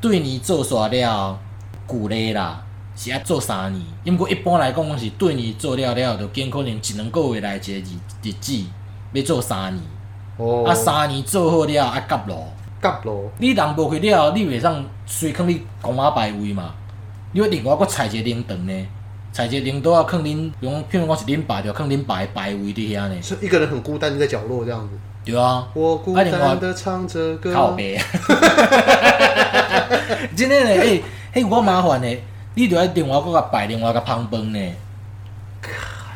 S2: 对你做煞了，旧历啦是爱做三年，因过一般来讲，拢是对你做了了，就见可能一两个月内一个日日子要做三年，
S1: 哦，
S2: 啊三年做好了啊夹路，
S1: 夹咯，
S2: 你人无去了，你袂上随放你公妈排位嘛，你要另外搁采一个灵堂呢，采一个灵堂啊，放恁，比如讲譬如讲是恁爸，就放恁爸的排位伫遐呢，
S1: 所以一个人很孤单的在角落这样子。
S2: 对啊，
S1: 我孤
S2: 啊另外
S1: 单的唱着歌。
S2: 靠白， *laughs* 真诶嘞，诶、迄有够欸麻烦诶，你着要另外搁甲排另外甲芳饭呢。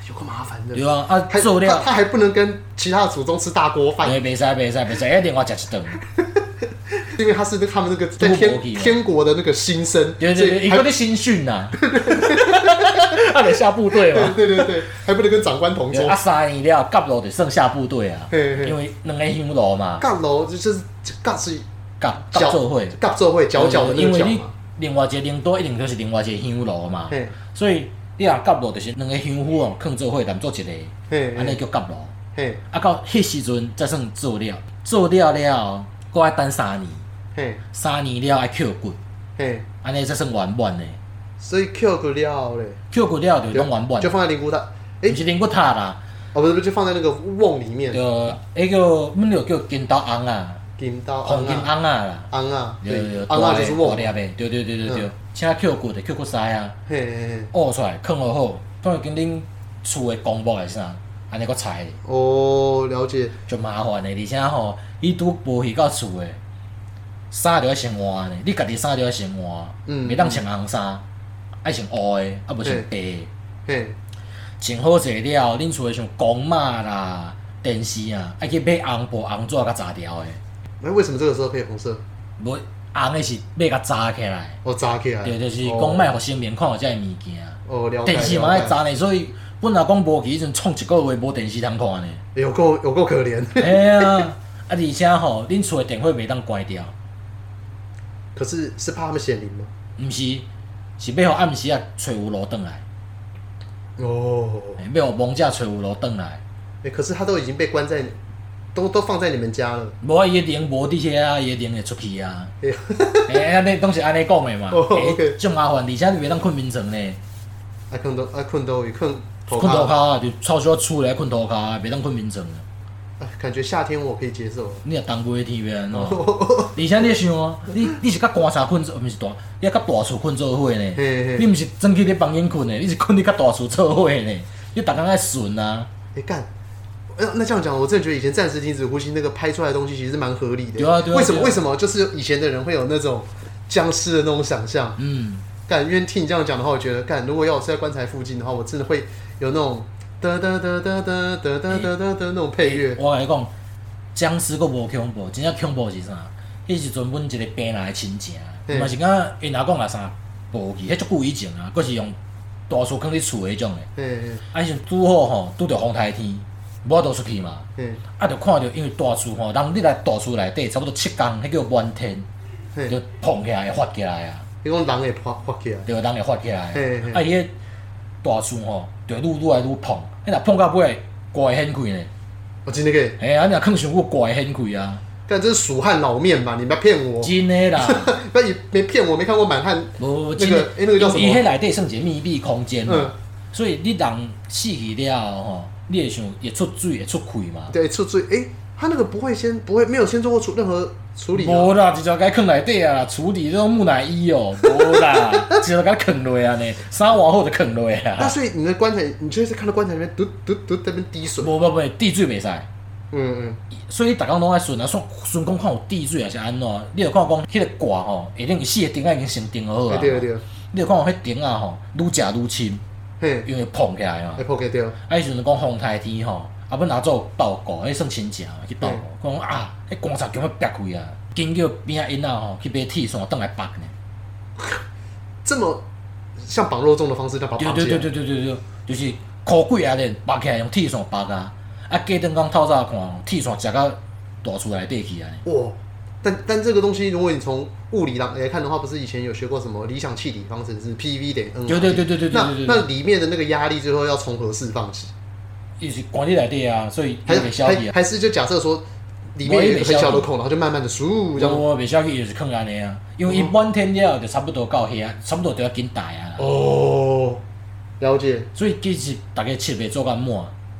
S1: 有个麻烦的。
S2: 对啊，啊
S1: 他
S2: 做
S1: 他
S2: 了，
S1: 他还不能跟其他的祖宗吃大锅饭，
S2: 对，袂使袂使袂使，要另外食
S1: *laughs*
S2: 一顿。
S1: 因为他是他们那个在
S2: 中
S1: 天
S2: 国裔嘛
S1: 天国的那个新生，
S2: 对
S1: 所
S2: 对对，
S1: 以
S2: 伊
S1: 还
S2: 个咧新训
S1: *laughs*
S2: 呐， *laughs* 啊，得下部队嘛。
S1: 对对对，还不能跟长官同
S2: 对啊，
S1: 桌。
S2: 三年了，夹落就剩下部
S1: *laughs*
S2: 队啊，
S1: 嘿嘿
S2: 因为两个乡路嘛，
S1: 杠楼就是杠是
S2: 夹夹做伙，
S1: 杠做会角角的那
S2: 因
S1: 个
S2: 为
S1: 角
S2: 你
S1: 嘛。
S2: 另外一个领导一定就是另外一个乡路嘛，
S1: 嘿，
S2: 所以你若夹落就是两个乡户哦，囥做伙，但做一个，
S1: 嘿，
S2: 安尼
S1: 嘿，
S2: 叫夹落。
S1: 嘿，
S2: 啊，到迄时阵才算做了，做了了，搁爱等三年，
S1: 嘿，
S2: 三年了爱扣骨，
S1: 嘿，
S2: 安尼才算圆满嘞。
S1: 所以 Q 个料嘞，
S2: Q 骨了就拢原本，
S1: 就
S2: 毋
S1: 放在灵骨塔，哎，
S2: 是灵骨塔啦，
S1: 哦不是不是，就放在那个瓮里面，
S2: 就迄叫阮就叫金刀红啊，
S1: 金刀
S2: 黄
S1: 昂
S2: 金
S1: 啊，
S2: 红啊啦，
S1: 昂啊，
S2: 对对
S1: 对，
S2: 对，
S1: 昂啊就是瓮
S2: 大，粒的，对对对对对
S1: 嗯，
S2: 请 Q 骨的 Q 骨塞啊，
S1: 嘿嘿嘿，
S2: 挖出来囥落好，放在跟恁厝的公墓的啥，安尼个菜
S1: 哦，了解，
S2: 就麻烦的，而且吼，伊拄无去到厝的，衫就要先换的，你家己衫就要先换，
S1: 嗯
S2: 袂当穿红衫，爱穿乌的，啊无穿
S1: 嗯
S2: 白的。
S1: 嘿，
S2: 穿好势了，恁厝诶像公妈啦、电视啊，爱去买红布、红纸啊甲炸掉诶。
S1: 哎，为什么这个时候可以红色？
S2: 无红诶是买甲炸起来，
S1: 哦，扎起来，
S2: 对，就是
S1: 哦
S2: 讲莫互生命看有遮物件。
S1: 哦，了解。
S2: 电视嘛爱
S1: 了解
S2: 炸呢，所以本来讲无去迄阵，创一个月无电视通
S1: *laughs*
S2: 看呢。啊
S1: 有够有够可怜。 *laughs*
S2: 哎呀，啊而且吼，恁厝诶电火袂当关掉，
S1: 可是是怕他们显灵吗？
S2: 毋是，是要互暗时啊找有路转来，
S1: 哦，
S2: 嘿要互亡者找有路转来。
S1: 哎，可是他都已经被关在，都都放在你们家了。
S2: 无啊，伊的灵无伫遐啊，伊的灵会出
S1: *laughs*
S2: 去啊。
S1: 哎
S2: 诶、安尼拢是安尼讲的
S1: *laughs*
S2: 嘛。
S1: 哦
S2: 诶
S1: OK
S2: 真麻烦，而且你袂当困眠床呢，
S1: 啊困都啊困都会困头
S2: 困涂骹
S1: 发，
S2: 啊，就臭小厝内困涂骹啊，袂当困眠床啊。
S1: 啊感觉夏天我可以接受。
S2: 你若冬过天要安怎？哦 *laughs* 而且你想哦，你你是甲干柴困做，毋是大，你甲大厝困做伙呢
S1: 嘿嘿？
S2: 你毋是装去你房间困呢，你是困你甲大厝做伙呢？你逐工爱顺啊，
S1: 哎干，呃那这样讲，我真的觉得以前暂时停止呼吸那个拍出来的东西其实是蛮合理的。
S2: 对啊对啊
S1: 为什么
S2: 对啊
S1: 为什么就是以前的人会有那种僵尸的那种想象？
S2: 嗯，
S1: 干，因为听你这样讲的话，我觉得干，如果要我是在棺材附近的话，我真的会有那种哒哒哒哒哒哒哒哒哒那种配乐。
S2: 我甲你讲，僵尸佫无恐怖，真正恐怖是啥？迄时阵阮一个病人的亲情，啊
S1: 嗯
S2: 嘛是讲因阿公啊啥无去，迄足久以前啊，佫是用大厝囥伫厝的迄种的。
S1: 嗯
S2: 啊，迄时阵拄好吼，拄着风台天，无法度出去嘛。
S1: 嗯
S2: 啊，就看到因为大厝吼，人你来大厝内底差不多七工，迄叫满天，
S1: 嗯，
S2: 就碰起来发起来啊，
S1: 你讲人会拍拍起来，
S2: 就人会发起来啊
S1: 嘿嘿。
S2: 啊，伊迄大厝吼，就愈愈来愈碰，迄若碰到尾，瓜会掀开呢。
S1: 我真的给，
S2: 哎呀，你若囥上久，瓜会掀开啊，
S1: 干这是蜀汉老面吧？你不要骗我，
S2: 真
S1: *laughs*
S2: 诶啦，
S1: 不要以没骗我，没看过满汉。
S2: 无
S1: 那
S2: 真
S1: 个
S2: 的
S1: 哎那个叫什么
S2: 因为迄内底算一个密闭空间
S1: 嗯
S2: 嘛，，所以你人死去了后吼，你会想会出水会出气嘛？
S1: 对，出最哎，他那个不会先不会没有先做过处任何处理啊，
S2: 无啦，直接该囥内底啊，处理这种木乃伊哦、无啦， *laughs* 直接该囥落啊呢，三碗后就囥落
S1: *laughs* 那
S2: 啊。
S1: 所以你的棺材，你就是看到棺材里面嘟嘟嘟在那边滴水。
S2: 无无无，滴水袂使，
S1: 嗯嗯，
S2: 所以逐工拢爱顺啊，顺顺讲看有滴水还啊是安怎？你着看讲迄个挂吼，一定四个顶啊已经先顶好
S1: 嗯哎对
S2: 啊。
S1: 对对，
S2: 你着看有迄顶啊吼，愈食愈深，
S1: 嘿哎
S2: 因为碰起来嘛。
S1: ，Apple 给掉，
S2: 啊，迄时阵讲风台天吼，啊，要拿做倒顾，迄算亲情去倒顾，讲啊，迄棺材强要劈开啊，紧叫边仔囡仔吼去买铁线倒来绑呢。
S1: 这么像绑肉粽的方式，他把它
S2: 对
S1: 绑起
S2: 对
S1: 来。
S2: 对对对对对，就是箍鬼啊，连绑起来用铁线绑啊，啊，过灯光透早看，铁线食到大厝内底去啊。
S1: 哇！但但这个东西，如果你从物理来来看的话，不是以前有学过什么理想气体方程式 PV 等于 N？
S2: 对对对对对对
S1: 嗯那
S2: 对对
S1: 那里面的那个压力最后要从何释放起？
S2: 伊是关伫内底啊，所以伊
S1: 还
S2: 袂
S1: 是
S2: 消去
S1: 还
S2: 啊。
S1: 还是就假设说里面有一个很小的孔，然后就慢慢的输这样。
S2: 我袂消去，伊就是囥安尼啊，因为伊满天了就差不多到遐，差不多就要紧大啊。
S1: 哦，了解。哎
S2: 所以其实逐个切袂做甲满，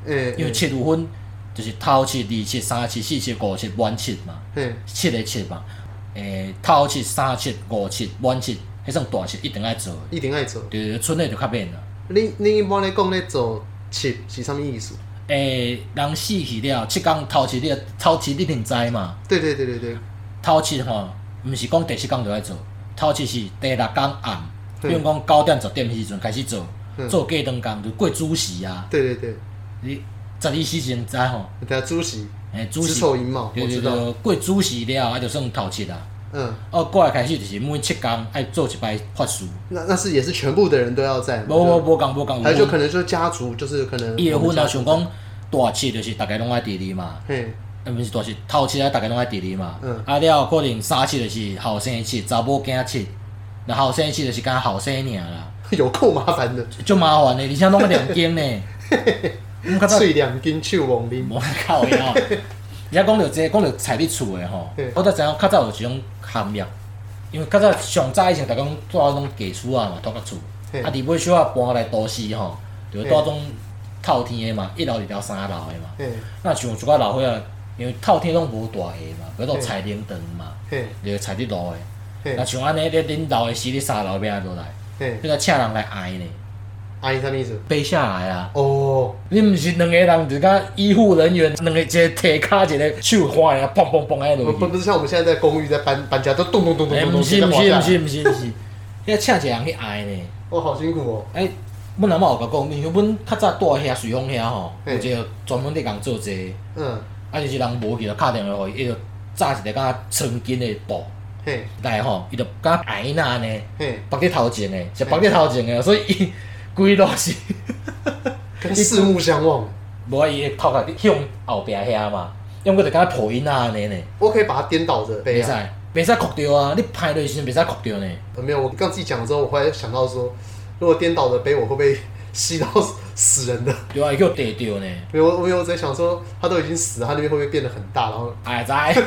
S1: 诶、
S2: 因为
S1: 诶
S2: 切有分就是头切、二切、三切、四切、五切、满切嘛，
S1: 嘿
S2: 切个切嘛，诶，头切、三切、五切、满切，迄种大切一定爱做的，
S1: 一定爱走。
S2: 对对对，剩诶就较免啦。
S1: 你你一般来讲咧走七是啥物意思？
S2: 诶、人死去了，七天头七日，头七你一定知嘛？
S1: 对对对对对，
S2: 头七吼，毋是讲第七天就要做，头七是第六天暗，比
S1: 嗯
S2: 如讲九点十点迄时阵开始做，
S1: 嗯
S2: 做过长工就过主席啊，
S1: 对对对，
S2: 你十二时辰知吼？
S1: 等下朱熹，
S2: 诶、主
S1: 子
S2: 席，
S1: 丑寅卯，
S2: 对
S1: 我
S2: 对
S1: 知道。
S2: 对，过主席了，啊就算头七啊。
S1: 嗯，
S2: 哦，过来开始就是每七天爱做一摆法事，
S1: 那那是也是全部的人都要在吗。
S2: 无无无讲无讲，
S1: 还有就可能就是家族，就是可能
S2: 伊会分
S1: 家
S2: 啊，
S1: 族
S2: 想讲大七就是逐个拢爱第二嘛。
S1: 嘿， *laughs*
S2: 啊，毋是大是头七啊，逐个拢爱第二嘛。
S1: 嗯
S2: 啊了，可能三七就是后生七，查某囝七，那后生七就是干后生尔啦，
S1: 有够麻烦的，
S2: 就麻烦的，而且拢要两
S1: *laughs*
S2: 间呢。我们较早
S1: 碎两斤手亡灵。
S2: 无靠的
S1: *laughs*
S2: 吼。而且讲到这讲到菜伫厝的吼
S1: 对，
S2: 我才知影较早有一种行业，因为较早上早以前逐讲住迄种家厝啊嘛，住角厝，
S1: 嘿
S2: 啊，伫尾小啊搬来都市吼，就
S1: 嘿
S2: 住种透天的嘛，一楼、二楼、三楼的嘛。
S1: 嘿，
S2: 那像有一寡老伙仔，因为透天拢无大下嘛，有种菜林长嘛。
S1: 嘿，
S2: 就踩伫路的。
S1: 嘿
S2: 若，像安尼，咧恁老的死伫沙楼边啊落来，
S1: 嘿，
S2: 你个请人来挨呢，
S1: 阿姨什么意思？
S2: 背下来啊！
S1: 哦，
S2: 你毋是两个人，就甲医护人员两个一个提卡，一个手环啊，砰砰砰安尼
S1: 不
S2: 落
S1: 不 *laughs*
S2: 去。
S1: 不是像我们现在在公寓在搬搬家，都咚咚咚咚
S2: 哎，
S1: 咚
S2: 毋
S1: 咚，
S2: 是
S1: 在
S2: 毋
S1: 往
S2: 是
S1: 下
S2: 毋，是毋是毋是，迄请一个人去挨呢。
S1: 哦，好辛苦哦。
S2: 哎，阮阿嬷有甲讲，因为阮较早住遐水风遐吼，
S1: 嘿
S2: 有一个专门伫共做这个，
S1: 嗯，
S2: 啊就是人无去就敲电话互伊，伊就扎一个敢若床巾的布
S1: 嘿，
S2: 来吼，伊就敢若挨那安尼。
S1: 嘿，
S2: 绑伫头前诶，是绑伫头前诶，所以伊 *laughs* 规路是
S1: 跟四目相望。
S2: 无啊，伊诶头壳向后壁遐嘛，用过就敢若抱囡仔安尼呢，
S1: 我可以把它颠倒着背
S2: 袂使
S1: 啊，
S2: 袂使哭着啊！你拍落时阵袂使哭着呢。
S1: 呃没有，我刚自己讲了之后，我忽然想到说，如果颠倒的杯，我会不会 *laughs* 吸到死人的？
S2: 对啊，会叫地着呢。
S1: 没有，我我有在想说，他都已经死了，他那边会不会变得很大？然后
S2: 哎，知。 *laughs*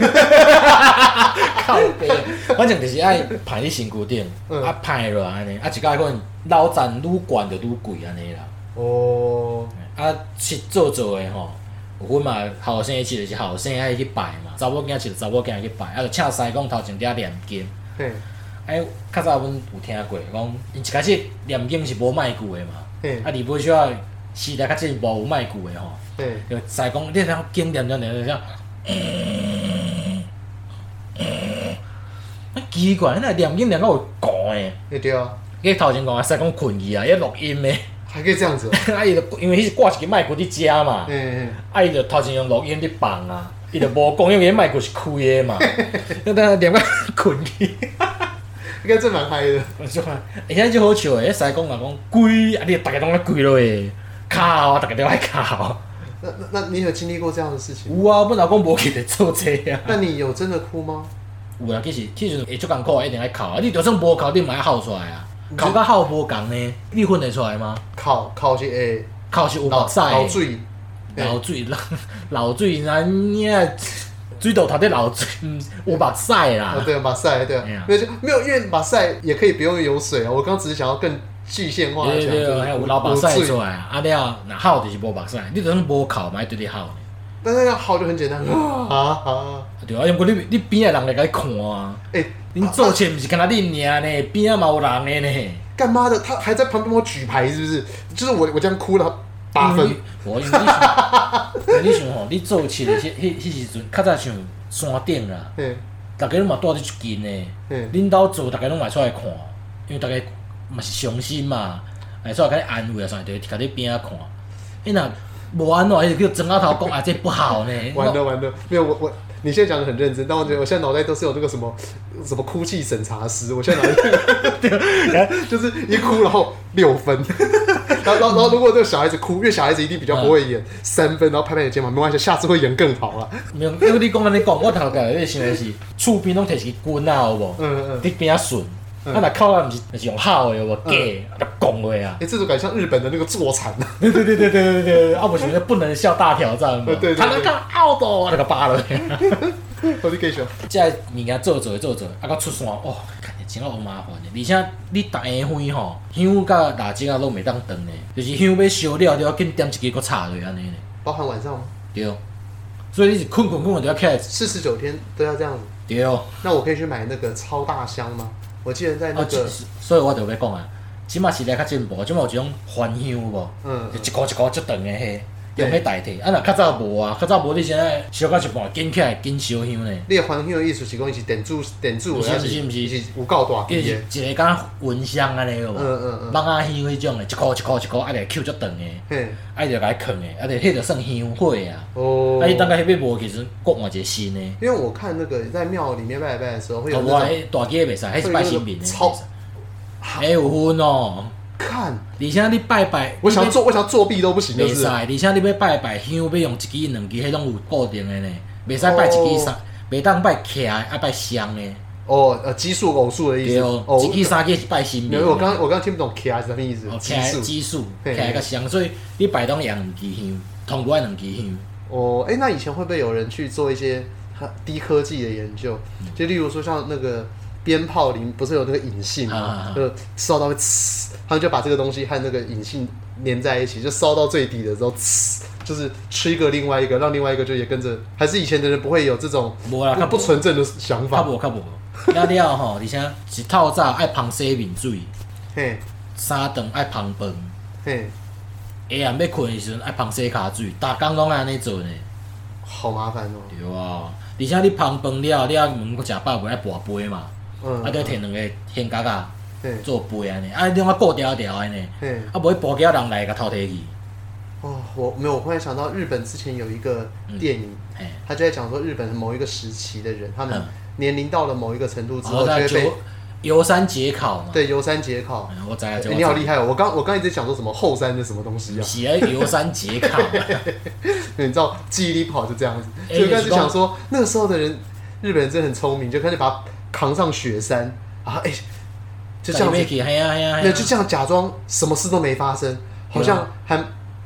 S2: 靠背，啊反正就是爱拍你身躯顶，
S1: 嗯
S2: 啊拍落安尼，啊一个可能老站愈悬就愈贵安尼啦。
S1: 哦，
S2: 啊，是做做诶吼，有阮嘛后生饲就是后生爱去拜嘛，查某囝饲就查某囝去拜，啊就请师公头前嗲念经。
S1: 嘿，
S2: 哎，较早阮有听过，讲因一开始念经是无卖句诶嘛，
S1: 嘿
S2: 啊，离尾小啊时代较进步有卖句诶吼，
S1: 嘿，
S2: 就师公你通经念念念念念。啊奇怪，那念经念到有讲诶，
S1: 也对啊，
S2: 伊头前讲啊，师公困去啊，伊录音诶，
S1: 还可以这样子哦、
S2: *laughs* 啊伊就因为迄是挂一个麦克伫遮嘛，
S1: 嘿嘿，
S2: 啊，伊就头前用录音伫放啊，伊就无讲，因为麦克是开的 *laughs* 嘛，等下念到困去，
S1: 应该真蛮嗨的。
S2: 我说啊，而且就好笑诶，迄师公若讲跪，啊，你逐个拢咧跪落去，靠，逐个都爱靠。
S1: 那那那你有经历过这样的事情？
S2: 有啊，阮老公无去就做这啊。
S1: 那你有真的哭吗？
S2: 有啊，其实其实会足艰苦的，一定爱哭啊。你就算无哭，你嘛爱哭出来啊。哭甲哭无共呢，你分得出来吗？
S1: 考考是诶，
S2: 哭是有目
S1: 老
S2: 屎的，
S1: 老
S2: *laughs*
S1: 醉，
S2: 流 *laughs* 水，流水，咱你啊，水道头底流水，嗯有目屎啦
S1: 啊，。对，马赛，对啊
S2: 哎呀，
S1: 没有就没有，因为马赛也可以不用有水啊。我刚只是想要更具现化地
S2: 对
S1: 讲，
S2: 对
S1: 就是
S2: 对，还有老目屎
S1: 醉
S2: 出来啊！啊了，若哭就是无目屎，你就算无哭嘛，要对你哭呢。
S1: 但是要好就很简单啊啊！
S2: 对啊，因为你你边仔人来甲你看啊，
S1: 哎、
S2: 恁做切毋是干那恁尔呢，边啊仔嘛有人的呢。
S1: 干妈的，他还在旁边帮我举牌，是不是？就是我我这样哭了八分
S2: 因为，你。无因为你想，因为你想吼，你做切的迄迄迄时阵，较早像山顶啦，
S1: 嗯
S2: 逐家拢嘛住伫一间呢。
S1: 嗯，
S2: 恁兜做，逐家拢嘛出来看，因为逐家嘛是伤心嘛，来出来甲你安慰啊，啥就甲你边仔看。伊若无安怎，伊就叫庄仔头讲啊，这不好呢。
S1: 完
S2: *laughs*
S1: 了完了，没有我我。你现在讲的很认真，但我觉得我现在脑袋都是有那个什么什么哭泣审查师，我现在脑袋 *laughs* 就是一哭然后六分， *laughs* 然后然后然后如果这个小孩子哭，因为小孩子一定比较不会演
S2: 嗯
S1: 三分，然后拍拍你肩膀，没关系，下次会演更好了。
S2: 没有，因为你讲安尼讲，我头家咧想的是厝边拢摕一支棍啊，有无？
S1: 嗯嗯，
S2: 伫边仔顺，啊若靠啊，毋是就是用敲的有无？假的，啊就讲话啊
S1: 哎、。这种感觉像日本的那个坐禅， *laughs*
S2: 对对对对对对对，啊不是不能笑大挑战嘛
S1: 对对对，
S2: 他那个奥多那个巴了。
S1: 我就给说，
S2: 即个物件做做做做，啊到出山哦，看起真够麻烦的。而且你逐下昏吼，香甲蜡烛啊拢袂当断的，就是香要烧了了，紧点一支搁插落安尼呢。
S1: 包含晚上吗？
S2: 对，所以你是困困困就要起来。
S1: 四十九天都要这样子。
S2: 对，啊，
S1: 那我可以去买那个超大箱吗？我记得在那个，
S2: 即哦所以我就要讲啊，即马时代较进步，即马有一种翻香有无？
S1: 嗯
S2: 就，一箍一箍足长的迄，
S1: 对
S2: 用迄代替。啊，若较早无啊，较早无你现在烧到一半，紧起来紧烧香呢。
S1: 你的环境的艺术是讲是点住点住，
S2: 不是
S1: 还
S2: 不是不是
S1: 是有够大
S2: 伊
S1: 片的，
S2: 是一个敢若蚊香安尼有无？
S1: 哦嗯嗯嗯
S2: 蚊仔香迄种的，一箍一箍一箍，啊，就扣足长的，
S1: 嘿，
S2: 啊，就甲伊囥的，啊，就迄就算香火啊。
S1: 哦
S2: 啊，，伊等到迄边无，其实国换一个新的。
S1: 因为我看那个在庙里面拜拜的时候会有
S2: 啊，
S1: 那
S2: 无啊，
S1: 种
S2: 迄大街的袂使，迄是拜神明的。
S1: 超
S2: 还有分哦，
S1: 看，
S2: 而且你拜拜，
S1: 我想要做我想要作弊都不行，就
S2: 袂
S1: 是
S2: 使，而且你要拜拜香，要用一支、两支，迄种有固定的呢，袂使拜一
S1: 哦
S2: 支三，袂当拜徛的，啊拜香的，
S1: 哦，呃，奇数偶数的意
S2: 对
S1: 思，
S2: 哦
S1: 哦，，
S2: 一支三支是拜神明
S1: 没
S2: 的。
S1: 有，我刚我刚听不懂 K 是什么意思
S2: 哦，，
S1: 奇
S2: 徛
S1: 数，
S2: 基数，
S1: 嘿
S2: 徛个香，所以你摆当养两支香，通过两支香，
S1: 哦，哎，那以前会不会有人去做一些低科技的研究？
S2: 嗯
S1: 就例如说像那个鞭炮里不是有那个引信吗
S2: 啊？
S1: 就烧到会呲，他们就把这个东西和那个引信连在一起，就烧到最底的时候，呲，就是吃一个另外一个，让另外一个就也跟着。还是以前的人不会有这种
S2: 无啦，较
S1: 不
S2: 无，
S1: 纯正的想
S2: 较
S1: 法？
S2: 无较无。了了吼，而且一透早爱芳洗面水，
S1: 嘿，
S2: 三顿爱芳饭，
S1: 嘿，
S2: 下暗要困的时阵爱芳洗骹水，逐工拢安尼做呢。
S1: 好麻烦哦。
S2: 对啊，而且你芳饭了，你啊问我食饱袂爱跋杯嘛，啊
S1: 嗯，
S2: 得摕两个香角啊
S1: 嘿，
S2: 做杯安尼，啊你啊固条条安尼，
S1: 嘿。
S2: 啊无伊跋筊人来甲偷摕去，
S1: 哦，我没有，我忽然想到日本之前有一个
S2: 嗯
S1: 电影，
S2: 嘿。
S1: 他就在讲说日本某一个时期的人，他们
S2: 嗯哦
S1: 年龄到了某一哦个程度之
S2: 然
S1: 后，
S2: 后
S1: 就
S2: 在
S1: 会被
S2: 游游山解考嘛，
S1: 对游山解考。
S2: 嗯我知啊，
S1: 哎
S2: 这我知
S1: 你好厉害哦！我刚我刚一直讲说什么后山的什么东
S2: *laughs*
S1: 西啊？
S2: 是咧游山解考，
S1: 你知道记忆力不好就这样子，
S2: 哎
S1: 所以我刚才
S2: 你
S1: 就
S2: 说
S1: 想说那个时候的人，日本人真的很聪明，就开始把扛上雪山啊，哎、 *laughs* 就这
S2: 家
S1: 样
S2: 己
S1: 子
S2: 要去，嘿啊嘿啊
S1: 那
S2: 嘿啊
S1: 就。这样假装什么事都没发生，
S2: 啊
S1: 好像还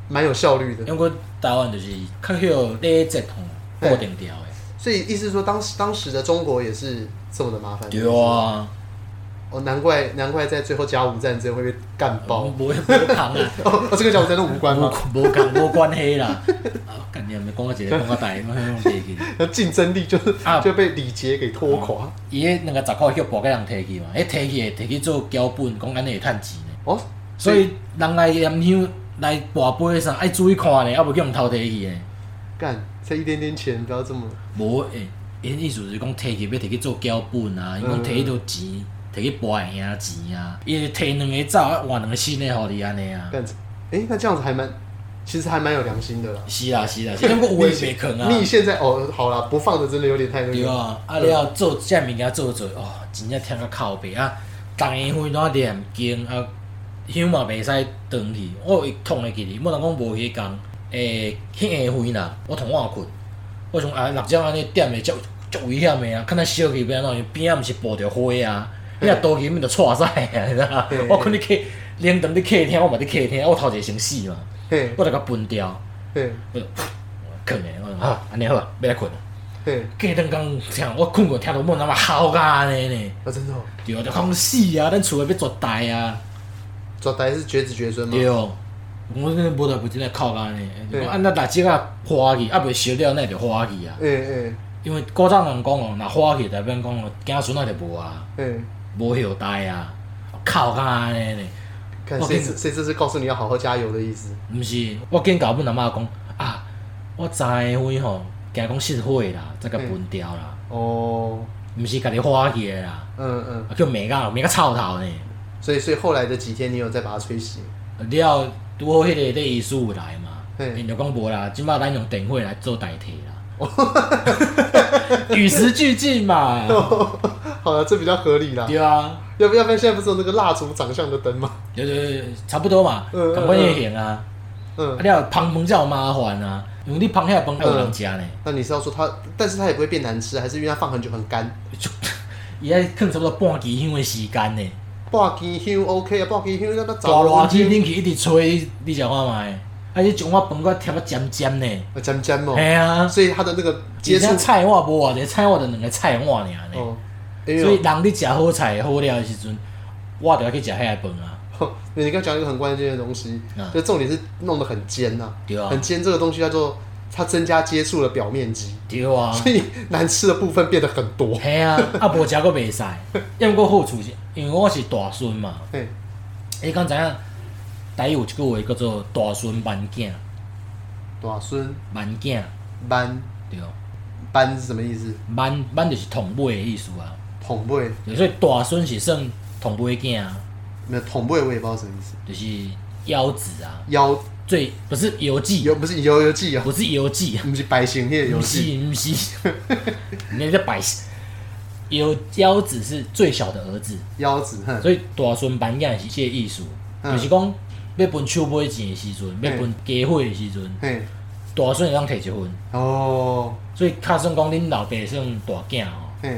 S1: 蛮有效率的。
S2: 因为台湾就是较许咧节吼
S1: 对
S2: 固定掉的，
S1: 所以意思是说，当时当时的中国也是这么的麻烦。
S2: 对，啊，
S1: 哦，难怪难怪在最后甲午战争会被干爆。 *laughs*
S2: 无无无同啊，
S1: 哦，这个甲午战争 *laughs* 无关
S2: 无
S1: 吗？
S2: 无共无关系啦。 *laughs* 啊，干你毋讲到一个讲到台，我拢提去。
S1: 那竞争力就是
S2: 啊嗯
S1: 就被李杰给拖垮。
S2: 伊迄两个十块去博给人提去嘛，迄提去会提去做标本，讲安尼会趁钱呢。
S1: 哦，
S2: 所以人来验香来博杯啥，爱注意看咧，啊无叫人偷提去诶。
S1: 干才一点点钱，不要这么。
S2: 无诶，因意思是讲摕去要摕去做标本啊，伊讲摕迄条钱，摕去博会赢钱啊，伊会摕两个走，啊换两个新诶互你安尼啊。
S1: 干，哎、那这样子还蛮，其实还蛮有良心的啦。
S2: 是啦是啦，是因为有诶袂坑啊，
S1: 你现在哦，好啦，不放的真的有点太那
S2: 对
S1: 个。
S2: 啊，啊了做遮物件做做哦，真正听甲哭白啊，逐个分哪念经啊，香嘛袂使断去，我会痛会记哩，无人讲无迄工，诶，迄下昏啦，我同我困，我想啊六点安尼点诶，足足危险诶啊，敢若烧去要安怎样，边仔毋是布着花啊，你若倒去面着错晒啊，你知道
S1: 嘿
S2: 我困伫客，连当伫客厅，我嘛伫客厅，我头一个先死嘛，
S1: 嘿，
S2: 我着甲分掉，
S1: 嘿，
S2: 我就 *coughs* 困诶，我就啊安尼好啊，要来困啊。
S1: 嘿，
S2: 隔两工听我困过，听到某人嘛嚎甲安尼呢，
S1: 啊，真的、哦，
S2: 对，就讲死啊，咱厝诶要绝代啊，
S1: 抓呆是绝子绝孙吗？
S2: 对，我真的无代无真诶哭甲安尼，就
S1: 对
S2: 讲啊那蜡烛啊花去，啊袂烧了，那就花去啊，
S1: 哎哎
S2: 因为古早人讲哦，若花去代表讲哦，子孙啊就无啊，
S1: 哎，
S2: 无后代啊，哭甲安尼呢，
S1: 看
S2: 我
S1: 谁
S2: 跟你
S1: 这谁这是告诉你要好好加油的意思？
S2: 毋是，我见到阮阿嬷讲啊，我知影昏吼，惊讲失火啦，再甲分掉啦，
S1: 哦，
S2: 毋是家己花去诶啦，
S1: 嗯嗯，
S2: 啊叫骂甲骂甲臭头呢。
S1: 所以所以后来的几天你有再把它吹醒？
S2: 了，拄好迄个咧医师有来嘛，
S1: 嘿
S2: 因就讲无啦，即摆咱用电话来做代替啦，
S1: 哦
S2: *laughs* 与时俱进
S1: *laughs*
S2: 嘛，
S1: 好了，这比较合理啦。
S2: 对啊，
S1: 要不要不然现在不是有那个蜡烛长相的灯吗？
S2: 对对对，差不多嘛，
S1: 嗯嗯
S2: 同款类型啊，啊
S1: 嗯，
S2: 了芳饭才有麻烦啊，因为你芳遐饭还有人食呢， *laughs*
S1: 那你是要说它，但是它也不会变难吃，还是因为它放很久很干？
S2: 就伊爱放差不多半支香的时间呢，
S1: 爆鸡香 OK 啊，爆鸡香那个
S2: 大
S1: 早
S2: 热
S1: 温
S2: 天
S1: 香，
S2: 恁去一直吹，你食看卖，啊你种我饭我贴啊尖尖呢，
S1: 啊尖尖哦，
S2: 嘿啊，
S1: 所以它的那个接
S2: 而
S1: 触
S2: 且菜我无偌济，菜我就两个菜碗尔呢。
S1: 哦，因
S2: 所以
S1: 为
S2: 人你食好菜好料的时阵，我就要去食遐个饭啊，
S1: 哦你刚讲一个很关键的东西
S2: 嗯，
S1: 就重点是弄得很尖呐，
S2: 对啊
S1: 很尖这个东西叫做它增加接触的表面积，
S2: 对啊，
S1: 所以难吃的部分变得很多。
S2: *laughs* 嘿啊，啊无食阁袂使，要毋过好处是，因为我是大孙嘛，
S1: 对，
S2: 你敢知影？台语有一句话叫做“大孙慢囝，
S1: 大孙
S2: 慢囝”，
S1: 班
S2: 对，
S1: 班是什么意思？
S2: 慢慢就是同辈的意思啊，
S1: 桶背
S2: 对所以大孙是算同辈囝啊，
S1: 没有桶背我也不知道什么意思，
S2: 就是幺子啊，
S1: 腰
S2: 最不是游记，
S1: 游不是游游记啊，
S2: 不是游记，
S1: 不是白行那个游
S2: *laughs* 不
S1: 记，
S2: 是不是， *laughs* 人家百有幺子是最小的儿子。
S1: 腰子哼，
S2: 所以大孙办囝是这个意思，
S1: 嗯
S2: 就是讲要分手买钱的时阵，要分家伙的时阵，
S1: 嘿，
S2: 大孙会当摕一份。
S1: 哦，
S2: 所以较算讲恁老爸算大囝哦，
S1: 嘿，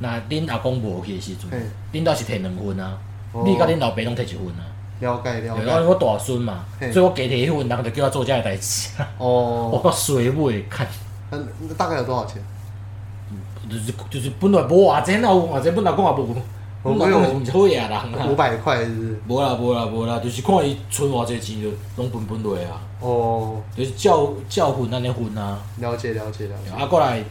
S2: 若恁阿公无去的时阵
S1: 嘿，
S2: 恁倒是摕两份啊
S1: 哦，
S2: 你甲恁老爸拢摕一份啊。
S1: 了解了
S2: 对，因
S1: 解，
S2: 为我大孙嘛，
S1: 嘿
S2: 所以我加摕迄份，人就叫我做遮个代志。 *laughs* 我
S1: 哦，
S2: 到衰尾看，
S1: 那那大概有多少钱？
S2: 就是就是本来无偌济，哪有偌济，本来讲也无，
S1: 我
S2: 本来讲毋是好野人
S1: 五
S2: 啊。
S1: 百块是不是？
S2: 无啦无啦无啦，就是看伊存偌济钱就拢分分落啊。
S1: 哦，
S2: 就是照照分安尼分啊，
S1: 了解了解了解，
S2: 啊过来，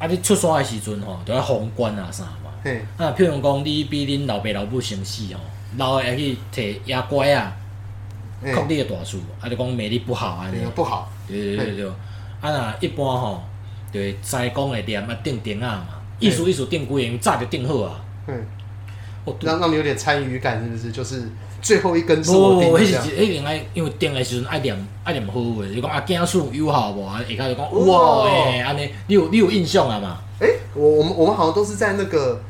S2: 啊你出山的时阵吼，就要宏观啊啥嘛。
S1: 嘿，
S2: 啊，譬如讲你比恁老爸老母先死吼，老的会去摕野拐啊，
S1: 嘿
S2: 靠你的大树，啊就讲骂你不好安尼
S1: 那个。不好，
S2: 对对对对，啊若一般吼，就是西公的念啊定定啊嘛，意思意思定规定早就定好啊。哦
S1: 嗯，
S2: 我拄
S1: 让让你有点参与感，是不是？就是最后一根是
S2: 无
S1: 我定
S2: 无，
S1: 的
S2: 迄
S1: 这
S2: 哦是
S1: 样，
S2: 一一定爱，因为定的时阵爱念爱念好话，就讲啊，囝数有效无？啊，下骹就讲哇
S1: 哇
S2: 诶，安尼，你有你有印象啊嘛？
S1: 哎，我我们我们好像都是在那个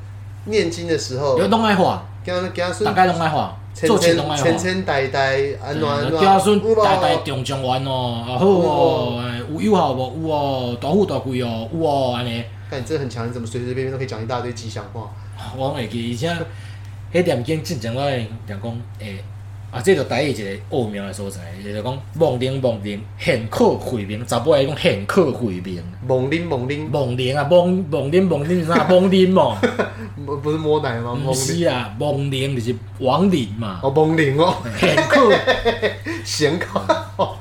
S1: 念经的时候
S2: 有，拢爱画，
S1: 跟他跟他
S2: 大
S1: 孙
S2: 概拢爱画，做钱拢爱画
S1: 千。千代代安暖安
S2: 嗯
S1: 暖，
S2: 囝孙
S1: 有
S2: 大大
S1: 无
S2: 中状元哦，啊好哦，哎有有效无？有哦，大富大贵哦，有哦，安尼，
S1: 看你这很强，你怎么随随便便都可以讲一大堆吉祥话？
S2: 我拢会记，而且迄点间进前我会常讲，诶、啊，这就台语一个奥妙的所在，伊就讲望灵望灵，现可惠民，查甫会讲现可惠民，
S1: 猛拎猛拎，
S2: 望灵啊，望望灵望灵是
S1: *laughs*
S2: 啥？望灵哦，
S1: 不不是摸奶吗？
S2: 毋
S1: 猛
S2: 是
S1: 拎
S2: 啊，望灵就是亡灵嘛，
S1: 哦，猛拎哦，
S2: 现可，
S1: 咸烤
S2: *laughs* 啊，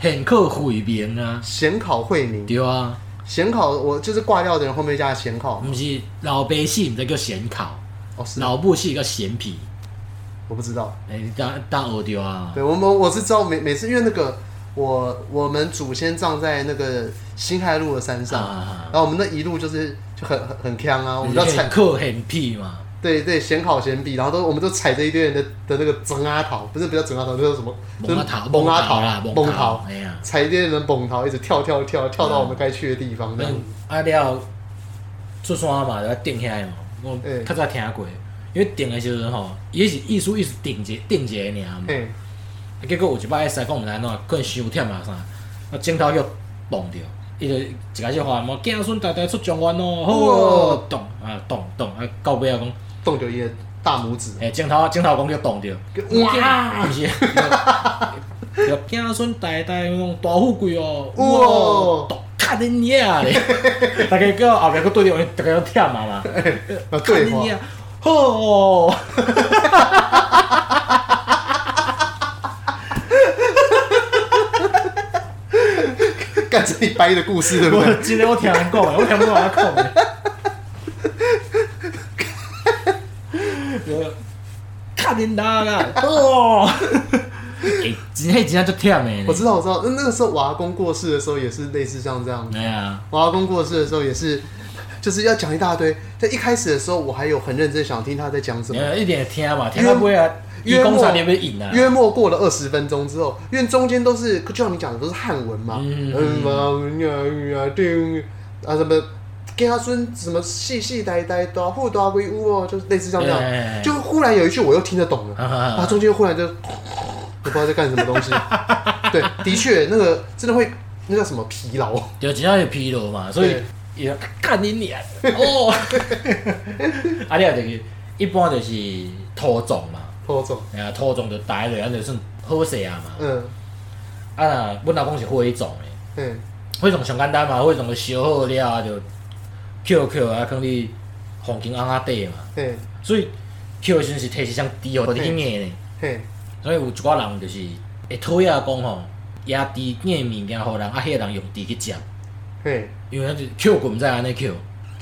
S2: 现可惠民啊，
S1: 咸烤惠民，
S2: 对啊，
S1: 咸烤我就是挂掉的人后面加咸烤
S2: 毋是老百姓毋知叫咸烤，
S1: 哦，是
S2: 老母姓叫咸皮，
S1: 我不知道。
S2: 诶、欸，当当学着啊，
S1: 对我们我是知道每每次因为那个我我们祖先葬在那个辛亥路的山上，
S2: 啊
S1: 然后我们那一路就是就很很很坑啊，我们都要踩
S2: 现可现屁嘛。
S1: 对对咸烤咸比，然后都我们都踩着一堆人的的那个蒸阿桃，不是不叫蒸阿桃，就是什么
S2: 蒙阿桃，
S1: 崩阿
S2: 桃
S1: 桃
S2: 啦，
S1: 崩
S2: 蒙
S1: 桃，
S2: 哎呀，
S1: 踩一堆人的崩桃，一直跳跳跳跳到我们该去的地方，这样
S2: 嗯，啊了，出山嘛，就要定下来嘛。我
S1: 欸
S2: 较早听过，因为定的时阵吼，伊是意思意思定一个定一个尔嘛。
S1: 嘿，
S2: 啊结果有一摆师讲毋知安怎，可能伤忝啊啥，我镜头叫蹦着，伊就一开始喊嘛，囝孙大大出状元咯，好
S1: 哇
S2: 哦，动啊动动啊，到尾啊讲，
S1: 冻九爷大拇指，
S2: 诶，镜头镜头讲叫动着，
S1: 哇，
S2: 毋是。就囝孙大大讲大富贵哦，
S1: 哇
S2: 哇，大卡恁爷啊咧！大家叫后壁佫对着我们，大家都忝啊嘛，
S1: 啊对
S2: 卡恁
S1: 话
S2: 爷，好哦，
S1: 干这一掰的故事对不对？
S2: 我真的我听人讲的，我听不到人讲的。就卡恁爷啊，好哦，欸真迄真正足忝的
S1: 我
S2: 呢。
S1: 知道我知道，那那个时候我阿公过世的时候也是类似像这样
S2: 哎呀，
S1: 我阿公过世的时候也是，就是要讲一大堆。在一开始的时候，我还有很认真想听他在讲什么。
S2: 哎你一点听嘛，听到尾啊，伊
S1: 约
S2: 讲
S1: 莫
S2: 啥你要应啊？
S1: 约莫过了二十分钟之后，因为中间都是就像你讲的都是汉文嘛，嗯
S2: 嗯
S1: 啊啊对啊什么。给他孙什么细细呆呆的，或多归屋哦，就是类似像这样，
S2: 哎
S1: 就忽然有一句我又听得懂了，
S2: 啊啊
S1: 然
S2: 啊
S1: 后中间忽然就，我不知道在干什么东西。对，的确那个真的会那叫什么疲劳，
S2: 就真正是疲劳嘛，所以
S1: 对
S2: 也干你
S1: *laughs*
S2: 娘哦！啊，你啊就是一般就是土种嘛，
S1: 拖走。
S2: 哎呀，土种就带落，安就算好势啊嘛。
S1: 嗯，
S2: 啊，若阮老公是火种的，
S1: 嗯，
S2: 火种上简单嘛，火种就烧好了啊，就捡捡啊，放伫风景红仔底嘛。
S1: 嘿，
S2: 所以捡的时阵是摕一双猪互你去硬的，
S1: 嘿，
S2: 所以有一寡人就是会讨厌讲吼，野猪硬的物件互人，啊，迄个人用猪去食，
S1: 嘿，
S2: 因为咱就捡过毋知安尼捡。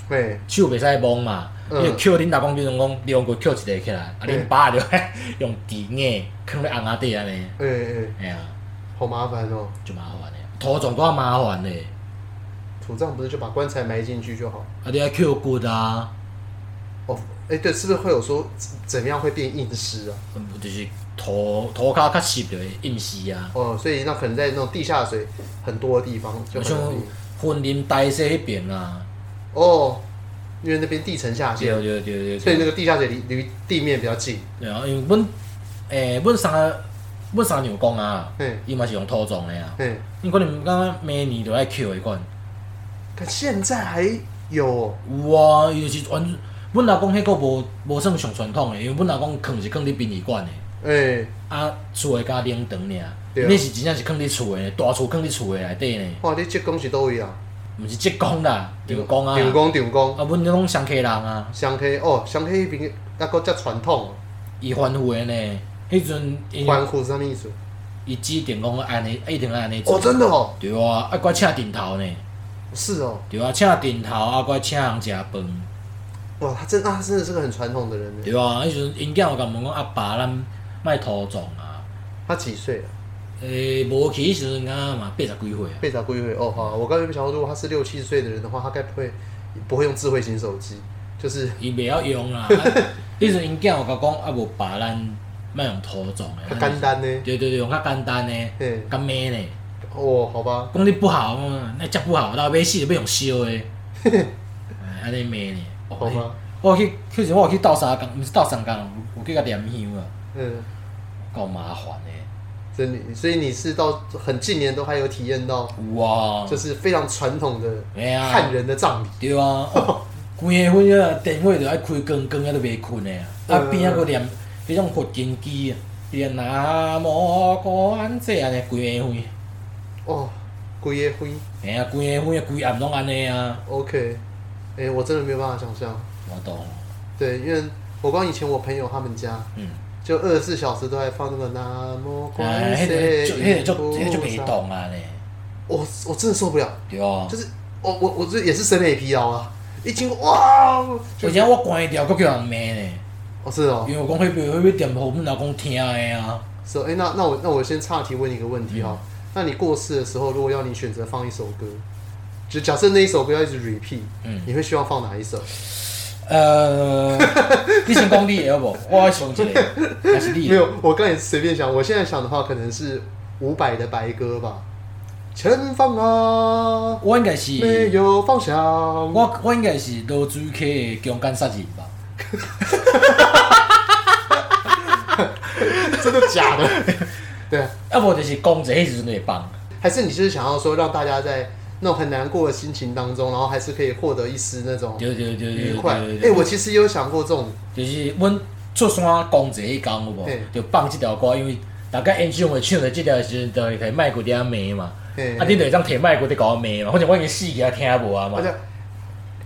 S1: 嘿。
S2: 啊手袂使摸嘛，
S1: 嗯
S2: 你捡恁老公比如讲，你用过捡一个起来，啊
S1: 嗯
S2: 恁爸就 *laughs* 用猪眼囥咧红仔底安尼，
S1: 哎、哎、
S2: 哎呀，
S1: 好麻烦哦！
S2: 就麻烦嘞，土葬搁较麻烦嘞，
S1: 土葬不是就把棺材埋进去就好？
S2: 啊你要捡骨啊，
S1: 哦，哎、对，是不是会有说怎样会变硬尸啊？
S2: 嗯就是土土骹较湿就会淹死啊，
S1: 哦，所以那可能在那种地下水很多的地方就很
S2: 像
S1: 容易。
S2: 婚林大西迄边啊，
S1: 哦，因为那边地层下
S2: 对
S1: 陷，
S2: 对对对
S1: 所以那
S2: 对，
S1: 个地下水离离地面比较近。
S2: 对啊，因为阮诶阮三个阮三个娘公啊
S1: 嗯，
S2: 伊嘛是用土葬的啊，
S1: 嘿，
S2: 因可能感觉每年都爱捡迄款。
S1: 可现在还有、哦，
S2: 有啊，伊就是完全，阮阿公迄个无无算上传统的，因为阮阿公囥是囥伫殡仪馆的，
S1: 哎、
S2: 啊厝的甲冷堂尔，
S1: 对啊
S2: 你是真正是囥伫厝的，大厝囥伫厝的内底呢，
S1: 哇，你这东西都一样，
S2: 毋是职工啦，长工啊，
S1: 顶工顶工，
S2: 啊阮拢上客人啊，
S1: 香 K 哦，香 K 那边那个叫传统哦，
S2: 伊欢呼的呢，迄阵伊
S1: 欢呼是什么意思？
S2: 伊指定讲安尼，一定要安尼
S1: 哦，
S2: 做，
S1: 真的哦，
S2: 对啊，啊搁请顶头呢，
S1: 是哦，
S2: 对啊，请顶头啊搁请人食饭，
S1: 哇，他真啊那他真的是个很传统的人呢。
S2: 对啊，迄阵因囝有甲问讲阿爸咱莫土葬啊，
S1: 他几岁啊？
S2: 诶、呃无去迄时阵啊嘛八十几岁啊。
S1: 被砸归回哦，好，我刚才想说，如果他是六七十岁的人的话，他该不会不会用智慧型手机，
S2: *laughs*
S1: 就是
S2: 伊袂晓用
S1: *laughs*
S2: 啦。啊迄阵因囝有甲讲，啊无把咱莫用土种
S1: 较
S2: 诶，
S1: 简单呢。
S2: 对对对，用较简单诶，
S1: 嘿，
S2: 较慢诶。
S1: 哦，好吧，
S2: 讲你不好，嗯那遮不好，到尾死就要用烧
S1: *laughs*
S2: 诶。哎安尼骂呢？
S1: 好
S2: 哦
S1: 吧，
S2: 我去，迄阵我有去斗三工，毋是斗三工，有去甲念香啊，
S1: 嗯，
S2: 够麻烦诶。
S1: 所以你所以你是到很近年都还有体验到，
S2: 哇，
S1: 就是非常传统的
S2: 哎呀
S1: 汉人的葬礼。*laughs*
S2: 对啊，哦规个昏啊，电话就爱开光，光啊都袂困的啊，啊
S1: 嗯
S2: 边啊佫念迄种佛经机啊，念南无观世安尼规个昏，
S1: 哦，龟耶灰
S2: 哎呀，规个昏啊，规暗拢安尼啊，
S1: ，OK，哎、我真的没有办法想象。
S2: 我懂，
S1: 对，因为我光以前我朋友他们家，
S2: 嗯，
S1: 就二十四小时都在放那个南无观
S2: 哎，迄
S1: 世
S2: 个就迄个
S1: 音
S2: 就
S1: 菩
S2: 迄个就袂
S1: 萨。
S2: 动啊咧，
S1: 我我真的受不了，
S2: 对啊
S1: 就，是我我我这也是审美疲劳啊，一经过哇，就
S2: 而且我嗯关掉佫叫人骂咧，
S1: 哦是哦
S2: 因，为我讲迄边迄边店铺，阮老公听的啊，
S1: 是哦，哎、那那我那我先岔题问你一个问题哈、
S2: 嗯
S1: 那你过世的时候，如果要你选择放一首歌，就假设那一首歌要一直 repeat，
S2: 嗯
S1: 你会希望放哪一首？
S2: 呃， *laughs* 你先讲你的好无？我爱想一个，还是你
S1: 没
S2: 的？
S1: 有，我刚才随便想，我现在想的话可能是伍佰的《白鸽》吧。
S2: 嗯
S1: 前方啊，
S2: 我应该是。
S1: 没有方向。
S2: 我我应该是罗水客的强奸杀人吧？
S1: 真的假的？ *laughs* 对，
S2: 啊无就是讲者迄时阵会放，
S1: 还是你就是想要说让大家在那种很难过的心情当中，然后还是可以获得一丝那种
S2: 对对对对
S1: 愉
S2: 对
S1: 快。
S2: 对
S1: 哎、
S2: 对，
S1: 我其实也有想过这种，
S2: 就是阮出山讲者迄工有无
S1: 嘿？
S2: 就放即条歌，因为大家演唱会唱到即条的时阵，就会摕麦克伫遐骂嘛。
S1: 嘿
S2: 啊，你就会当摕麦克伫甲我骂嘛，反正我已经死去啊，听无啊
S1: 我
S2: 嘛
S1: 就，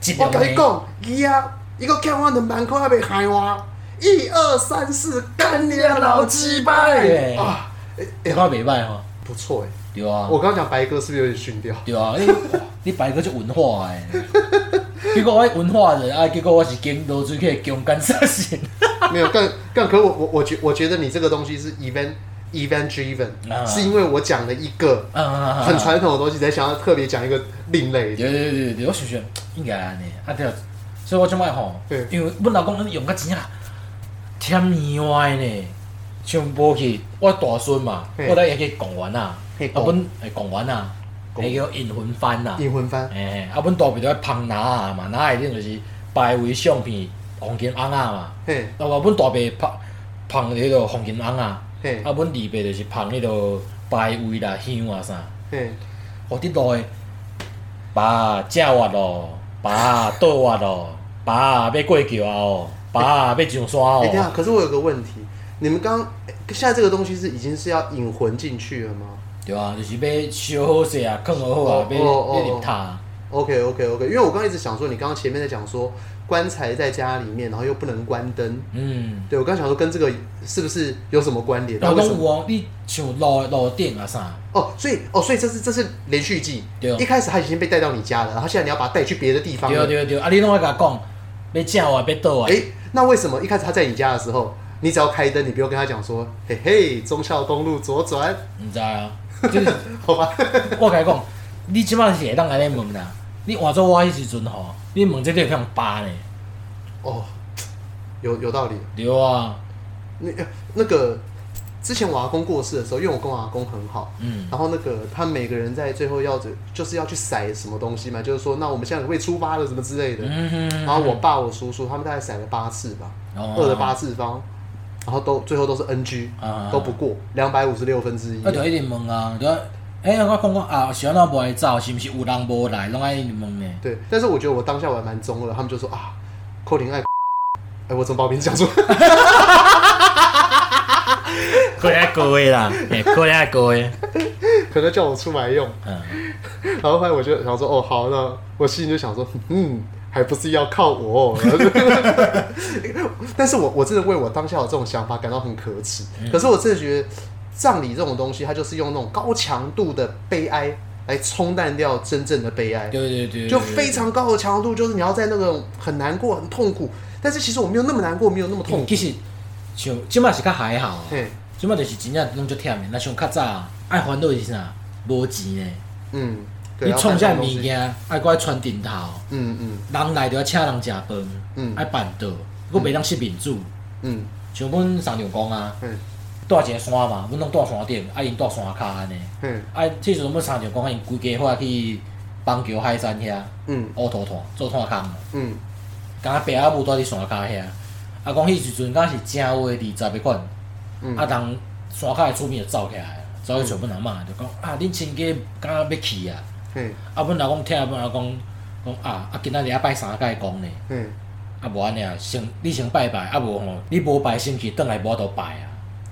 S2: 尽
S1: 我
S2: 量
S1: 跟你
S2: 骂。
S1: 讲，伊啊，伊个看我的蛮快被害我，一二三四，干你啊老鸡巴
S2: 嘿
S1: 啊！哎、
S2: 你
S1: 哎
S2: 看袂歹吼，
S1: 不错哎、
S2: 对啊，
S1: 我刚刚讲白鸽是不是有点逊掉？ *laughs*
S2: 对啊，你 *laughs* 你白哥就文化诶。 *laughs* 结果我文化人啊，结果我是经罗水客的强奸杀人。
S1: 没有更更可我我我觉我觉得你这个东西是 event event driven，、
S2: 啊
S1: 是因为我讲了一个
S2: 啊啊啊啊
S1: 很传统的东西，才想要特别讲一个另类的。
S2: 对对对对，我想想应该安尼，啊对，所以我即摆吼
S1: 对，
S2: 因为阮老公用较钱啊，添意外呢，像无去我大孙嘛，
S1: 嘿
S2: 我来也去公园啊，
S1: 嘿
S2: 啊
S1: 公
S2: 阮诶公园啊，
S1: 公
S2: 迄叫引魂幡啊，
S1: 引魂幡，
S2: 诶，啊阮大伯在芳拿啊嘛，拿下顶就是摆位相片黄金翁啊嘛，
S1: 嘿
S2: 啊我阮大伯芳芳迄个黄金翁啊，
S1: 嘿
S2: 啊阮二伯就是芳迄个摆位啦香啊啥。
S1: 嘿，
S2: 我伫路诶，爸正滑咯，爸倒滑咯，爸要过桥啊哦，爸要上山
S1: 哎、等一下，
S2: 哦。
S1: 可是我有个问题，你们刚哎现在这个东西是已经是要引魂进去了吗
S2: 对啊，就是要烧好势啊，囥好好
S1: 哦
S2: 啊，要
S1: 哦
S2: 要
S1: 哦
S2: 入塔。
S1: ？OK OK OK，因为我刚刚一直想说，你刚刚前面在讲说棺材在家里面，然后又不能关灯，
S2: 嗯，
S1: 对我刚想说跟这个是不是有什么关联？
S2: 然后
S1: 为
S2: 拢
S1: 什么
S2: 有哦，你像路路顶啊啥，
S1: 哦，所以哦，所以这是这是连续剧，
S2: 对哦
S1: 一开始他已经被带到你家了，然后现在你要把他带去别的地方了
S2: 对。哦对对，啊你拢爱甲讲，要正滑要倒滑
S1: 哎、，那为什么一开始他在你家的时候，你只要开灯，你不用跟他讲说，嘿嘿，忠孝东路左转，
S2: 毋知啊， *laughs* 就是。
S1: 好吧？
S2: 我甲你讲，你即摆是会当安尼问啦，你换做我迄时阵吼，你问这个会向扒呢？
S1: 哦，有有道理。
S2: 对啊，
S1: 那呃那个之前我阿公过世的时候，因为我跟我阿公很好，
S2: 嗯，
S1: 然后那个他们每个人在最后要就是要去筛什么东西嘛，就是说那我们现在可不可以出发了什么之类的。
S2: 嗯
S1: 然后我爸、我叔叔他们大概筛了八次吧，二
S2: 二
S1: 的八次方，然后都最后都是 NG，
S2: 哦啊
S1: 都不过两百五十六分之一
S2: 我。就一直问啊，就哎、我讲讲啊，是安怎无来走，是毋是有人无来，拢爱一直问呢？
S1: 对，但是我觉得我当下我还蛮中二的，他们就说啊，扣林爱 *laughs* ，哎、我怎么把我名字讲出来？
S2: 可能各位啦，哎，可能各位，
S1: 可能叫我出来用。
S2: 嗯，
S1: *laughs* 然后后来我就想说，哦，好，那我心里就想说，嗯，还不是要靠我 *laughs* 哦。但是我我真的为我当下有这种想法感到很可耻。
S2: 嗯
S1: 可是我真的觉得葬礼这种东西，它就是用那种高强度的悲哀来冲淡掉真正的悲哀。
S2: 对对对，
S1: 就非常高的强度，就是你要在那种很难过、很痛苦，但是其实我没有那么难过，没有那么痛
S2: 痛。
S1: 苦
S2: 其。实像即摆是较还好啊，
S1: 嘿，
S2: 即摆就是真正拢足忝的，若像较早爱烦恼的是啥？无钱呢，
S1: 嗯，对，
S2: 你创
S1: 下
S2: 啥物件，爱搁爱穿顶头，
S1: 嗯嗯
S2: 人来就要请人食饭，
S1: 嗯
S2: 爱办桌，我袂当失面子。
S1: 嗯
S2: 像阮上娘公啊，
S1: 嗯
S2: 住一个山嘛，阮拢住山顶，啊因住山骹安尼。
S1: 嗯
S2: 啊，迄时阵要参照讲，因规家伙去邦桥海山遐
S1: 嗯
S2: 乌涂炭做炭工，
S1: 嗯，
S2: 敢若爸阿母住伫山骹遐。啊，讲迄时阵敢是正月二十迄款，
S1: 嗯
S2: 啊，人山骹的厝边就走起来了，所以找阮阿嬷就讲啊，恁亲家敢若要去啊？
S1: 嘿，
S2: 啊，阮老公听阮老公讲啊，啊，今仔日啊拜三界讲呢，
S1: 嘿，
S2: 啊无安尼啊，先你先拜拜，啊无吼，你无拜星期转来无度拜啊，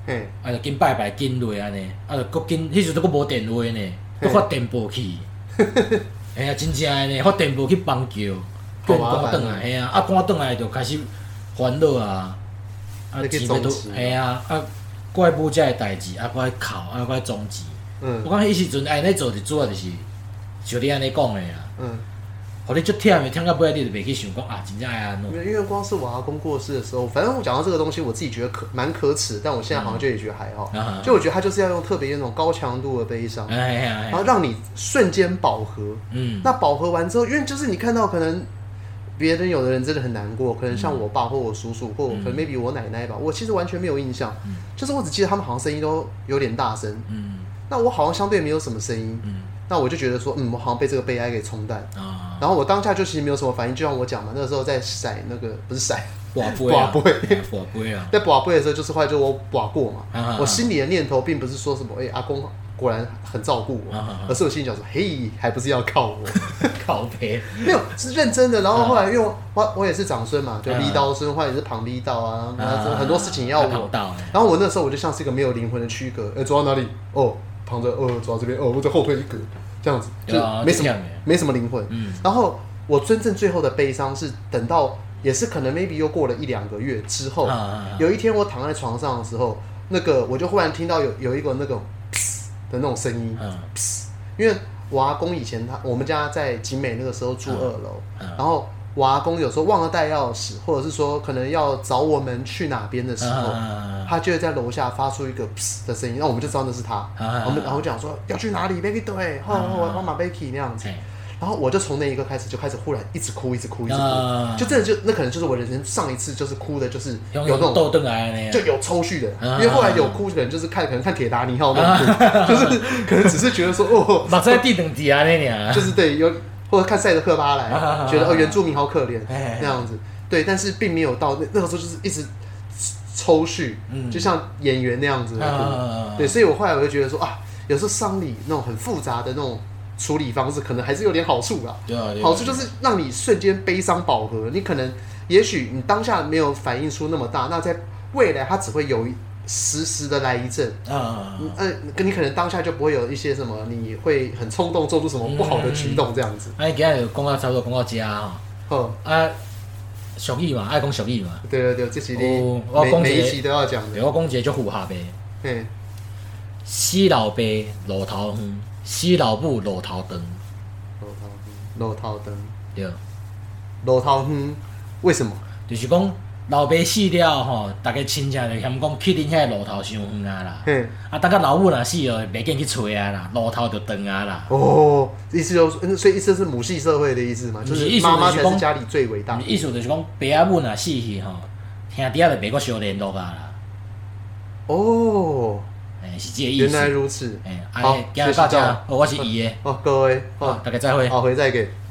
S1: 嘿，
S2: 啊就紧拜拜紧落安尼，啊就搁紧，迄时阵搁无电话呢，搁发电
S1: *laughs*
S2: 报去，哎呀，真正诶呢，发电报去帮桥，
S1: 够
S2: 赶
S1: 麻烦
S2: 赶转来，嘿啊，啊赶转来就开始烦恼啊，啊
S1: 要去
S2: 钱要倒
S1: 终止，
S2: 嘿啊，啊怪母遮诶代志，啊怪哭，啊怪终
S1: *laughs*
S2: 止，我
S1: 嗯，
S2: 讲迄时阵安尼做就主要就是像你安尼讲诶啊。
S1: 嗯，
S2: 互你足忝的，忝到尾你就袂去想讲啊，真正爱
S1: 因
S2: 安怎？
S1: 为因为光是我阿公过世的时候，反正我讲到这个东西，我自己觉得可蛮可耻，但我现在好像就也觉得还好。
S2: 嗯啊，
S1: 就我觉得他就是要用特别那种高强度的悲伤，
S2: 哎呀哎
S1: 然后
S2: 呀，
S1: 让你瞬间饱和。
S2: 嗯，
S1: 那饱和完之后，因为就是你看到可能别人有的人真的很难过，可能
S2: 嗯
S1: 像我爸或我叔叔或我可能 maybe 我奶奶吧，我其实完全没有印象，就是我只记得他们好像声音都有点大声，
S2: 嗯
S1: 那我好像相对没有什么声音，
S2: 嗯
S1: 那我就觉得说，嗯，我好像被这个悲哀给冲淡。
S2: 啊，
S1: 然后我当下就其实没有什么反应，就像我讲嘛，那个时候在甩那个不是甩， *laughs*
S2: 挂杯啊， *laughs*
S1: 跋
S2: 杯，挂杯啊，
S1: 在拔背的时候就是后来就我拔过嘛，
S2: 啊啊啊
S1: 我心里的念头并不是说什么，哎、阿公果然很照顾我，
S2: 啊啊啊
S1: 而是我心里想说，嘿，还不是要 *laughs* 靠我。 *laughs*
S2: 靠杯，
S1: 没有是认真的。然后后来因为我我我也是长孙嘛，就
S2: 嗯
S1: 逼刀孙，或者是旁逼刀啊，然后
S2: 啊
S1: 很多事情要
S2: 碰
S1: 我。
S2: 到的，
S1: 然后我那时候我就像是一个没有灵魂的躯壳，呃，走到哪里哦，躺着哦，走到这边哦，我再后退一格，这样子就
S2: 对啊
S1: 没什
S2: 就这
S1: 么
S2: 样耶
S1: 没什么灵魂。
S2: 嗯
S1: 然后我真正最后的悲伤是等到也是可能 maybe 又过了一两个月之后
S2: 啊啊啊，
S1: 有一天我躺在床上的时候，那个我就忽然听到有有一个那种噗的那种声音，
S2: 嗯
S1: 因为我阿公以前他我们家在景美那个时候住
S2: 嗯
S1: 二楼，
S2: 嗯
S1: 然后我阿公有时候忘了带钥匙，或者是说可能要找我们去哪边的时候，
S2: 啊，
S1: 他就会在楼下发出一个噗的声音，那我们就知道那是他。
S2: 嗯
S1: 我们然后讲说要去哪里，baby 对，后来
S2: 嗯
S1: 后来帮马 baby 那样子。
S2: 哎，
S1: 然后我就从那一刻开始就开始忽然一直哭，一直哭，一直哭，
S2: 啊
S1: 就真的就那可能就是我人生上一次就是哭的，就是有
S2: 用
S1: 那
S2: 用
S1: 种
S2: 倒转来安尼
S1: 就
S2: 啊，
S1: 有抽蓄的，因
S2: 啊
S1: 为后来有哭，可能就是看可能看铁达尼号那
S2: *laughs*
S1: 种哭，就是可能只是觉得说哦，
S2: 目屎滴两滴安尼 *laughs* 尔
S1: 就，是对有或者看塞德克巴
S2: *laughs*
S1: 莱
S2: 啊啊啊，啊
S1: 觉得哦原住民好可
S2: *laughs*
S1: 怜
S2: 哎哎哎
S1: 那样子，对，但是并没有到那那个时候就是一直抽蓄，
S2: 嗯
S1: 就像演员那
S2: *laughs*
S1: 样子
S2: 啊啊啊
S1: 的
S2: 啊啊
S1: 哭，对，所以我后来我就觉得说啊，有时候丧礼那种很复杂的那种处理方式，可能还是有点好处啦。
S2: 对啊对啊，
S1: 好处就是让你瞬间悲伤饱和，你可能也许你当下没有反应出那么大，那在未来它只会有一时时的来一阵。
S2: 啊啊，
S1: 嗯，呃跟你可能当下就不会有一些什么，你会很冲动做出什么不好的举动这样子。
S2: 啊，今日就讲到差不多讲到遮啊，
S1: 哦，
S2: 吼啊，俗语嘛，爱讲俗语嘛，
S1: 对对对，这集你
S2: 哦我
S1: 每
S2: 讲
S1: 每
S2: 一个
S1: 一集都要讲的。
S2: 对我讲一个足符合的。
S1: 嗯，
S2: 死老爸路头远，死老母路头长，
S1: 楼涛灯，楼涛灯，
S2: 对，
S1: 楼涛哼，为什么？
S2: 就是讲老爸死了吼，逐个亲戚就嫌讲去恁遐路头伤远啊啦，
S1: 嘿，
S2: 啊，等到老母若死了，袂见去找啊啦，路头就长啊啦。
S1: 哦，意思就是，嗯所以意思是母系社会的意思嘛，就
S2: 不是
S1: 是
S2: 意思
S1: 妈妈
S2: 就是
S1: 才
S2: 说
S1: 是家里最伟大。
S2: 意思就是讲爸仔母若死去吼，兄弟仔就袂阁相联络啊啦，
S1: 哦，
S2: 诶、是即个意
S1: 原来
S2: 思。
S1: 如此。
S2: 诶、啊
S1: 好
S2: 安尼，今
S1: 谢
S2: 日
S1: 谢
S2: 到
S1: 赵
S2: 遮，哦我是伊诶，
S1: 哦，各位，
S2: 好，
S1: 哦，
S2: 大家再会。
S1: 好，回再给。